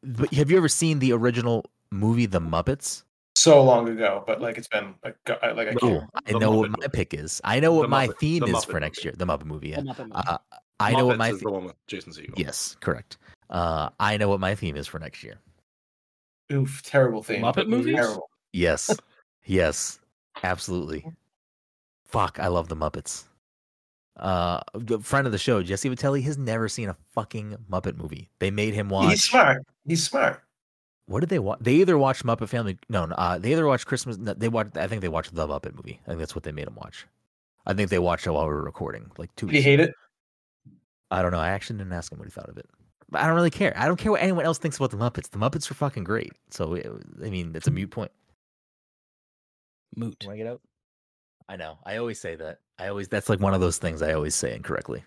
But have you ever seen the original movie, The Muppets? So long ago, but like it's been like go- I- like I No. can't. Cool. I The know what Muppet my movie. pick is. I know what The my Muppet- theme the is Muppet for next movie. year. The Muppet movie. Yeah. The Muppet movie. Uh, I know Muppets what my is theme. the one with Jason Segel. Yes, correct. Uh, I know what my theme is for next year. Oof, terrible thing. Muppet movies? Terrible. Yes. yes. Absolutely. Fuck, I love the Muppets. Uh, a friend of the show, Jesse Vitelli, has never seen a fucking Muppet movie. They made him watch. He's smart. He's smart. What did they watch? They either watched Muppet Family. No, no, uh, they either watched Christmas. no, they watched. I think they watched the Muppet movie. I think that's what they made him watch. I think they watched it while we were recording, like two. Did he Weeks. hate it? I don't know. I actually didn't ask him what he thought of it. But I don't really care. I don't care what anyone else thinks about the Muppets. The Muppets are fucking great. So it, I mean, it's a mute point. Moot. I get out? I know. I always say that. I always that's like one of those things I always say incorrectly.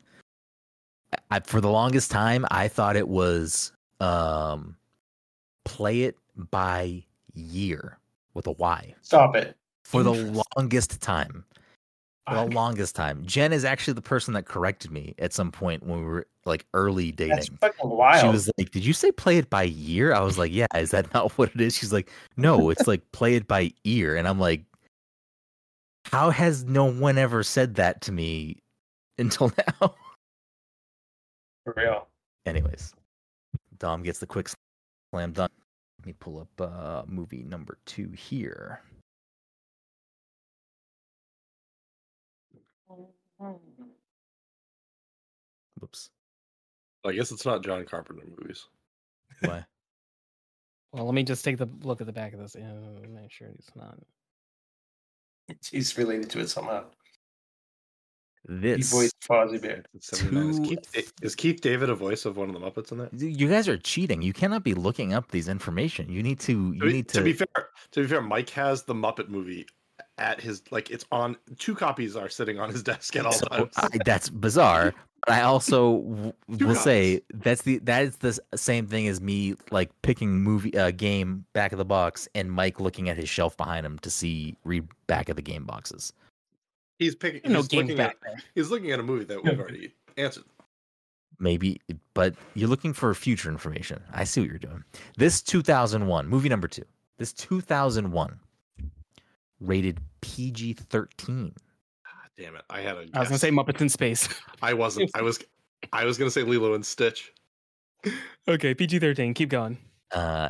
I, I for the longest time I thought it was um play it by year with a Y. Stop it. For the Interesting. longest time. For the Fuck. longest time. Jen is actually the person that corrected me at some point when we were like early That's dating. fucking wild. She was like, "Did you say play it by year?" I was like, "Yeah." Is that not what it is? She's like, "No, it's like play it by ear." And I'm like, "How has no one ever said that to me until now?" for real. Anyways, Dom gets the quick slam dunk. Let me pull up uh, movie number two here. Whoops. I guess it's not John Carpenter movies. Why? Well, let me just take the look at the back of this. Yeah, make sure it's not. He's related to it somehow. He This. voiced Fozzie Bear. 1979. Is Two- Keith, Da- is Keith David a voice of one of the Muppets in that? You guys are cheating. You cannot be looking up these information. You need I to. You mean, need to be fair, to be fair, Mike has the Muppet movie at his like it's on two copies are sitting on his desk at all So, times. I, that's bizarre. But I also w- Two will say that's the that is the s- same thing as me like picking movie uh, game back of the box and Mike looking at his shelf behind him to see read back of the game boxes. He's picking. No He's game looking, back at, there. he's looking at a movie that we've already answered. Maybe, but you're looking for future information. I see what you're doing. This 2001 movie number two. This 2001 rated PG-13. God damn it! I had a. I was gonna say Muppets in Space. I wasn't. I was. I was gonna say Lilo and Stitch. okay, PG thirteen. Keep going. Uh,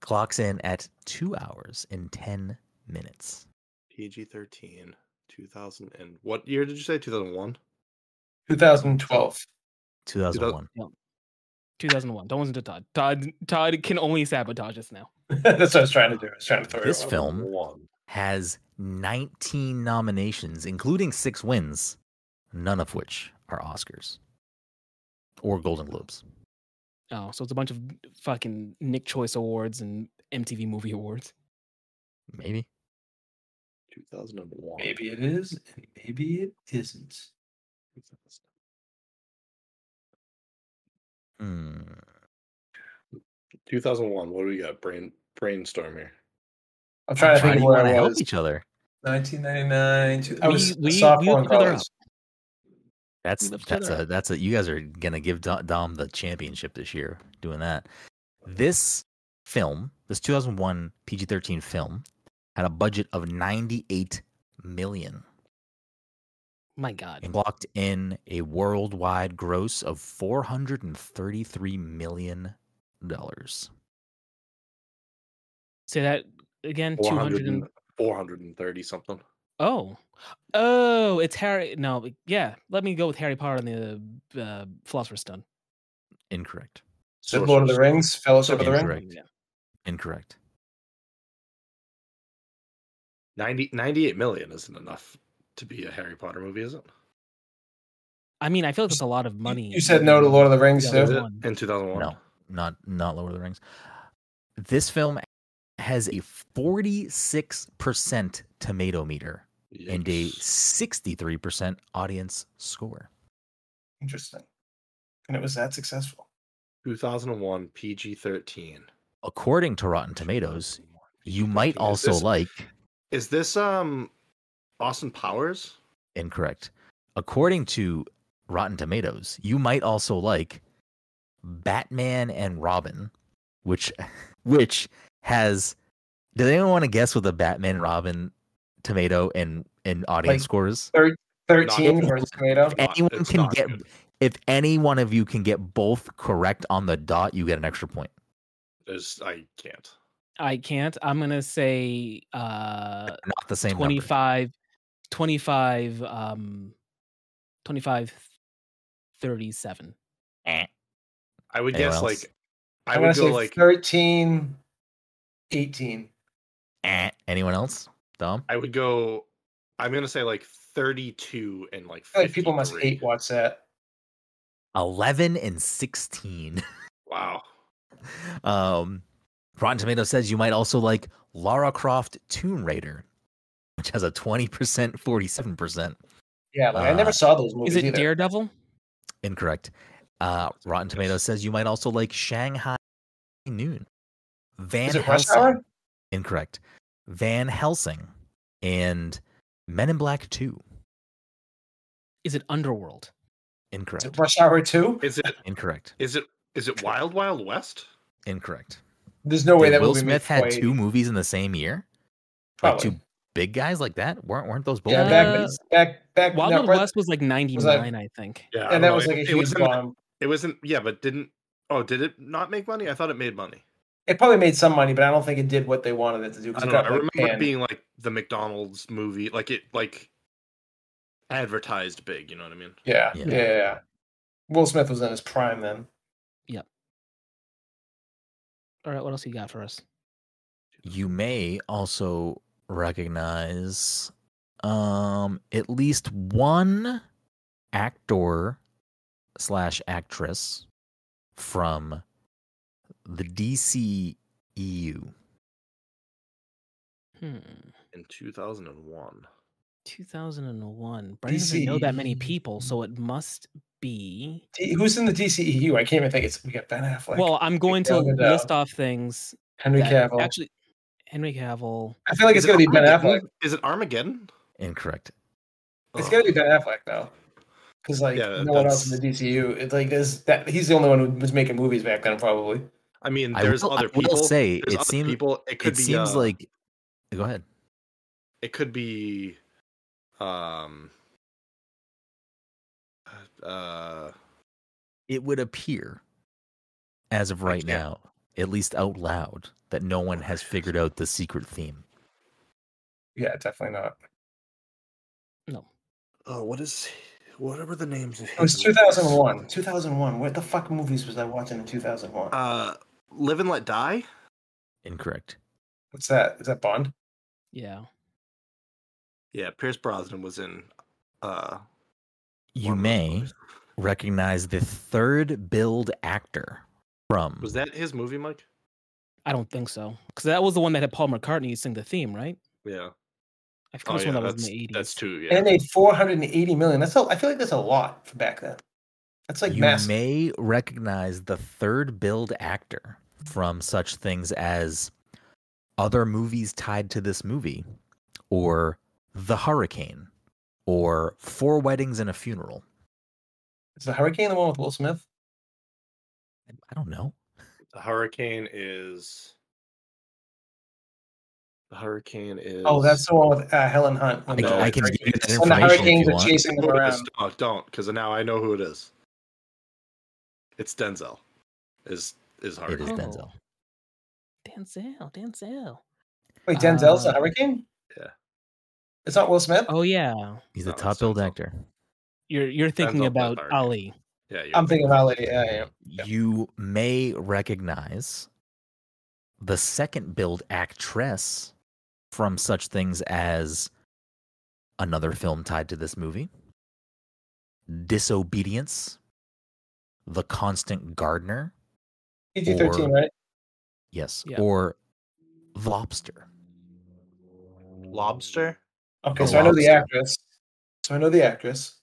clocks in at two hours and ten minutes. PG thirteen. Two thousand and what year did you say? Two thousand one. 2012. 2001. 2001. Don't listen to Todd. Todd Todd can only sabotage us now. That's what I was trying to do. I was trying to throw it This off. film has 19 nominations, including six wins, none of which are Oscars or Golden Globes. Oh, so it's a bunch of fucking Nick Choice Awards and MTV Movie Awards. Maybe. Two thousand and one. Maybe it is, and maybe it isn't. Hmm. Two thousand one. What do we got? Brain brainstorm here. I'm trying to Try think of to where want to I help was. each other. 1999. Two, I We- was a we- we sophomore in looked each other college. up. That's Lift it that's up. a that's a you guys are gonna give Do- Dom the championship this year doing that. This film, this 2001 PG-13 film, had a budget of 98 million My God. and clocked in a worldwide gross of 433 million dollars. Say that again. Two hundred and 430 something. oh oh, it's Harry. No, yeah. Let me go with Harry Potter and the uh, Philosopher's Stone. Incorrect. The Lord of the Sorcerer's Rings, Fellowship of the Ring. Incorrect. Yeah. Incorrect. Stone. 90, 98 million isn't enough to be a Harry Potter movie, is it? I mean, I feel like it's a lot of money. You said no to Lord of the Rings, Yeah, Is too. it? One. In 2001? No. Not not Lord of the Rings. This film has a 46% tomato meter. and a Yikes. 63% audience score. Interesting. And it was that successful. 2001 PG 13. According to Rotten Tomatoes, you might also is this, like Is this um Austin Powers? incorrect. According to Rotten Tomatoes, you might also like Batman and Robin, which which has does anyone want to guess what the Batman Robin tomato and and audience Like- scores? 13 Not- for tomato. Not- Anyone it's can not get good. If any one of you can get both correct on the dot, you get an extra point. There's- I can't. I can't. I'm gonna say uh, Not the same number. 25, 25, um, 25, 37. I would Anyone guess else? like I I'm would going to go say like 13, 18. Eh. Anyone else? Dom? I would go I'm going to say like 32 and like I feel like people must 53. hate watch that. 11 and 16. Wow. um, Rotten Tomatoes says you might also like Lara Croft Tomb Raider, which has a 20%, 47%. Yeah, like, I Uh, never saw those movies Is it either. Daredevil? Incorrect. Uh, Rotten Tomatoes says you might also like Shanghai Noon. Van Is it Rush Helsing. Hour? Incorrect. Van Helsing and Men in Black 2. Is it Underworld? Is it Incorrect. Rush Hour 2? Is it Incorrect. is it is it Wild Wild West? Incorrect. There's no way Did that Will movie made Smith had 480. two movies in the same year? Like Probably. two big guys like that? Weren't weren't those both? Yeah, big back, movies? back, back, Wild no, Wild right- West was like 99, I think. Yeah. I don't and that know, was it- like a it huge wasn't- bomb. It wasn't, yeah, but didn't. Oh, did it not make money? I thought it made money. It probably made some money, but I don't think it did what they wanted it to do. 'cause I it don't know. got, I like, remember it panned. being like the McDonald's movie, like it like advertised big. You know what I mean? Yeah, Yeah. yeah, yeah. yeah. Will Smith was in his prime then. All right, what else you got for us? you may also recognize um at least one actor slash actress from the E DC EU. Hmm. In two thousand and one. 2001. Brian doesn't know that many DC. people, so it must be. D- Who's in the DCEU? I can't even think. It's we got Ben Affleck, well, I'm going to Gal Gadot, list off things. Henry that- Cavill. Actually, Henry Cavill. I feel like Is it's it gonna be Ben Affleck. Armageddon? Is it Armageddon? Incorrect. It's Ugh. gonna be Ben Affleck though, because like Yeah, no one that's- else in the DCU. It's like there's that he's the only one who was making movies back then, probably. I mean, I there's will- I other will people. say, there's it other seem- people. It could It be. seems uh, like go ahead. it could be. Um. Uh, It would appear as of right can't- now, at least out loud, that no one has figured out the secret theme. Yeah, definitely not. No. Oh, what is whatever the names of It was 2001. 2001. What the fuck movies was I watching in 2001? Uh, Live and Let Die. Incorrect. What's that? Is that Bond? Yeah. Yeah, Pierce Brosnan was in. Uh, You one of those may movies. recognize the third build actor from. Was that his movie, Mike? I don't think so. Because that was the one that had Paul McCartney sing the theme, right? Yeah. I forget Oh, which yeah one that was that's, in the 80s. that's two. Yeah. And they 480 million. That's a, I feel like that's a lot for back then. That's like you massive. may recognize the third build actor from such things as other movies tied to this movie, or The Hurricane, or Four Weddings and a Funeral. Is the Hurricane the one with Will Smith? I don't know. The Hurricane is. The Hurricane is. Oh, that's the one with uh, Helen Hunt. When I, No, the, I can give you Hurricane- that it's when the information Hurricanes if you are want. chasing them Who it is. around. No, oh, don't, because now I know who it is. It's Denzel. Is is It is Hurricane? Denzel. Denzel, Denzel. Wait, Denzel's the Uh, Hurricane? Yeah. It's not Will Smith? Oh yeah. He's a No, top it's build Denzel. actor. You're you're thinking Denzel about Washington. Ali. Yeah, you're I'm right. thinking about Lady. Yeah, yeah. Yeah. You may recognize the second build actress from such things as another film tied to this movie Disobedience, The Constant Gardener, PG 13, right? yes, Yeah. or The Lobster. Lobster. Okay, The so I know the Lobster. actress. So I know the actress.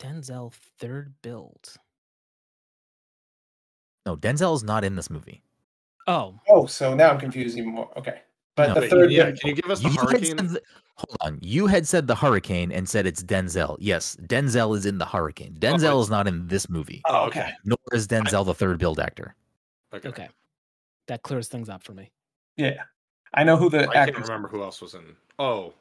Denzel third build. No, Denzel's not in this movie. Oh, Oh, so now I'm confused even more. Okay. But No. the Wait, third yeah, one- can you give us the You had Hurricane? said the- hold on. You had said the hurricane and said it's Denzel. Yes, Denzel is in the hurricane. Denzel is not in this movie, Oh, okay. nor is Denzel the third build actor. Okay. okay. That clears things up for me. Yeah. I know who the I can't actress remember who else was in. Oh,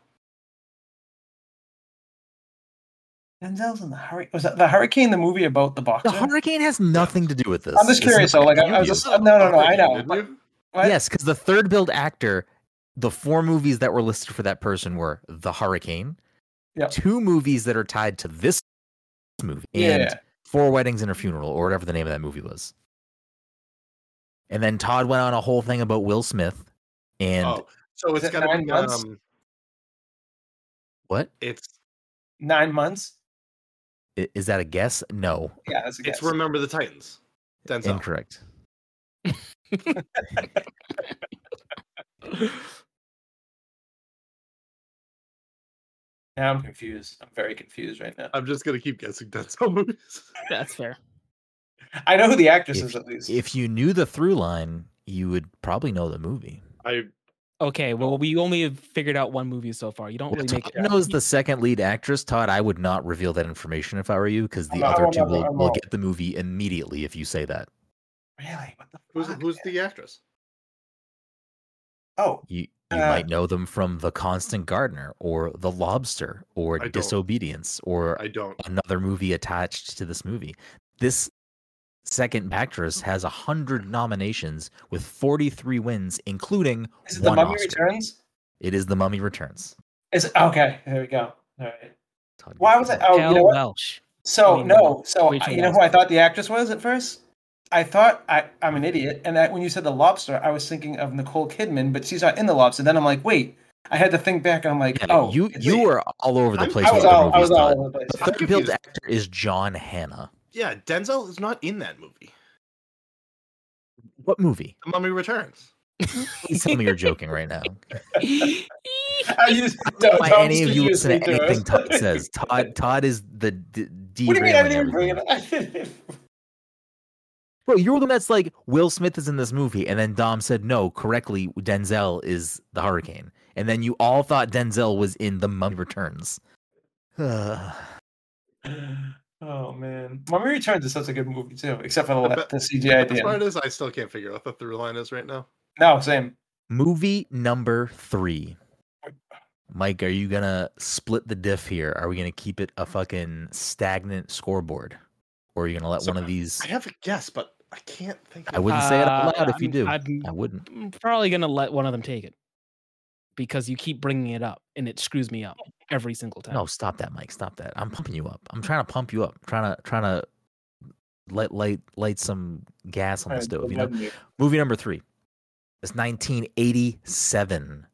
Denzel's in the Hurricane. Was that the Hurricane the movie about the boxer? The hurricane has nothing to do with this. I'm just This is curious, not though, like, I- I Yu-Gi-Oh. was just- Uh, no, no, no, I know, Oh, Didn't but- you? What? yes, because the third build actor, the four movies that were listed for that person were The Hurricane, Yep. two movies that are tied to this movie, Yeah, and yeah. Four Weddings and a Funeral, or whatever the name of that movie was. And then Todd went on a whole thing about Will Smith and oh, so Is it's it gotta nine be. months? Um, what? it's Nine months? I- Is that a guess? No, Yeah, that's a guess. it's Remember the Titans. Denzel. incorrect. now I'm confused. I'm very confused right now. I'm just gonna keep guessing Denzel movies. That's fair. I know who the actress is at least. If you knew the through line, you would probably know the movie. I Okay, well we only have figured out one movie so far. You don't really make Todd knows the second lead actress. Todd, I would not reveal that information if I were you, because the I'm out, other I'm two out, will, I'm will out. get the movie immediately if you say that. really? What the who's fuck? who's the actress? Oh, You you Uh, might know them from The Constant Gardener or The Lobster or I don't. Disobedience or I don't. another movie attached to this movie. This second actress Oh. has a hundred nominations with forty-three wins, including is it the one Mummy Oscar. Returns? It is The Mummy Returns. Is okay. There we go. All right. Todd gets Why the was it? point. Oh, Kel you know what? Welch. So I mean, no. So uh, Rachel you know who I thought the actress was at first? I thought I, I'm an idiot, and I, when you said the lobster, I was thinking of Nicole Kidman, but she's not in the lobster. Then I'm like, wait, I had to think back, and I'm like, Yeah, oh, you it's you the- were all over the I'm- place. I was with the all, I movies, was all Todd. over the place. The I'm third build confused. actor is John Hannah. Yeah, Denzel is not in that movie. What movie? The Mummy Returns. Please tell me you're joking right now. I used, no, Why Tom any of you introduced listen me to it. anything Todd says? Todd Todd is the d- What do you mean? I derailing didn't even bring it. everything. up? I didn't. Bro, you're the one that's like Will Smith is in this movie, and then Dom said no correctly. Denzel is the Hurricane, and then you all thought Denzel was in The Mummy Returns. even- Oh man, Mummy Returns is such a good movie too, except for the, bet- the CGI at the That's what it end. is. I still can't figure out what the through line is right now. No, same. movie number three. Mike, are you gonna split the diff here? Are we gonna keep it a fucking stagnant scoreboard, or are you gonna let So- one of these? I have a guess, but I can't think. I wouldn't say it Uh, out loud if you I'm- do. I'm, I'm- I would not I'm probably gonna let one of them take it because you keep bringing it up and it screws me up every single time. No, stop that, Mike. Stop that. I'm pumping you up. I'm trying to pump you up. Trying to trying to light light light some gas on the stove. You know. Movie number three. It's 1987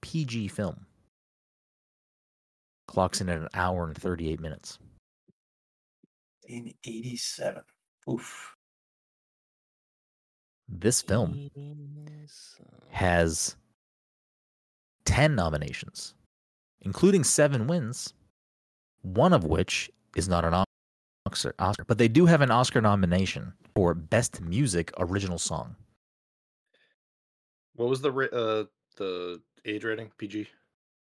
PG film. Clocks in at an hour and 38 minutes. In '87. Oof. This film has 10 nominations, including seven wins, one of which is not an Oscar, Oscar, but they do have an Oscar nomination for Best Music Original Song. What was the ra- uh the age rating? PG.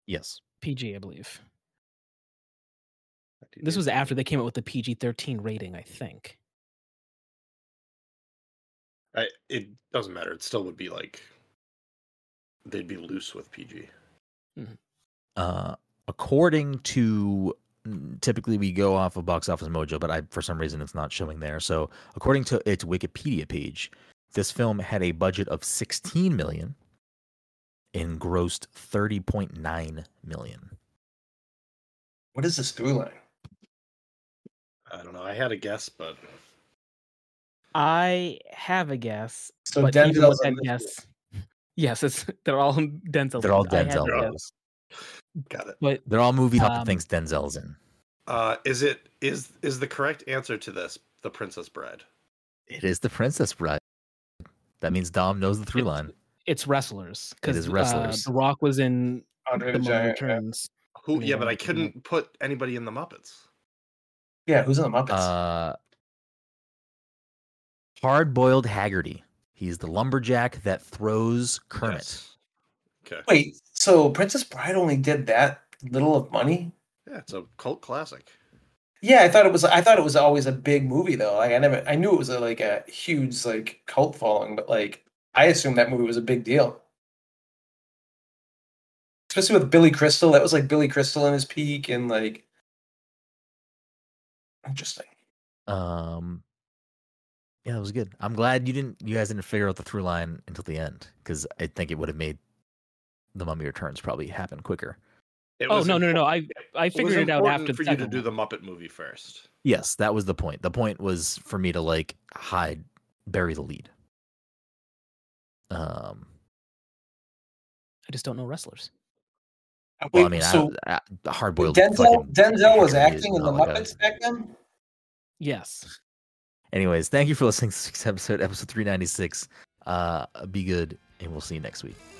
Yes. PG, I believe. This was after they came out with the PG thirteen rating, I think. I, it doesn't matter. It still would be like they'd be loose with PG. uh, according to mm, typically we go off of box office mojo but i for some reason it's not showing there so according to its wikipedia page this film had a budget of 16 million and grossed 30.9 million What is this through line? I don't know. I had a guess, but I have a guess, So but even Denzel's with that on this one. guess, yes, it's they're all Denzel. they're movies. all Oh, I had denzel a guess, movies. got it. But they're all movie top Um, things denzel's in Uh, is it is is the correct answer to this the Princess Bride? it is the princess bride that means dom knows the through It's- line it's wrestlers is because wrestlers. the Rock was in Andre the the Mummy Giant. Yeah. Returns. Who? Yeah, Yeah, but I I don't know. couldn't put anybody in the Muppets. Yeah, who's on the Muppets? uh hard-boiled haggerty he's the lumberjack that throws kermit Yes. Okay. Wait, so Princess Bride only did that little of money? Yeah, it's a cult classic. Yeah, I thought it was. I thought it was always a big movie though. Like I never, I knew it was a, like a huge like cult following, but like I assumed that movie was a big deal. Especially with Billy Crystal, that was like Billy Crystal in his peak, and like interesting. Um, yeah, it was good. I'm glad you didn't, you guys didn't figure out the through line until the end because I think it would have made the Mummy Returns probably happen quicker. It Oh was no, no, no, no! impor- I I was figured it out important after the for you to second do one. the Muppet movie first. Yes, that was the point. The point was for me to like hide, bury the lead. Um, I just don't know wrestlers. well, I Wait, mean, so I, I, hard boiled. Denzel Denzel was acting in the Muppets. Muppets back then. Yes, Anyways, thank you for listening to this week's episode, episode 396. Uh, be good, and we'll see you next week.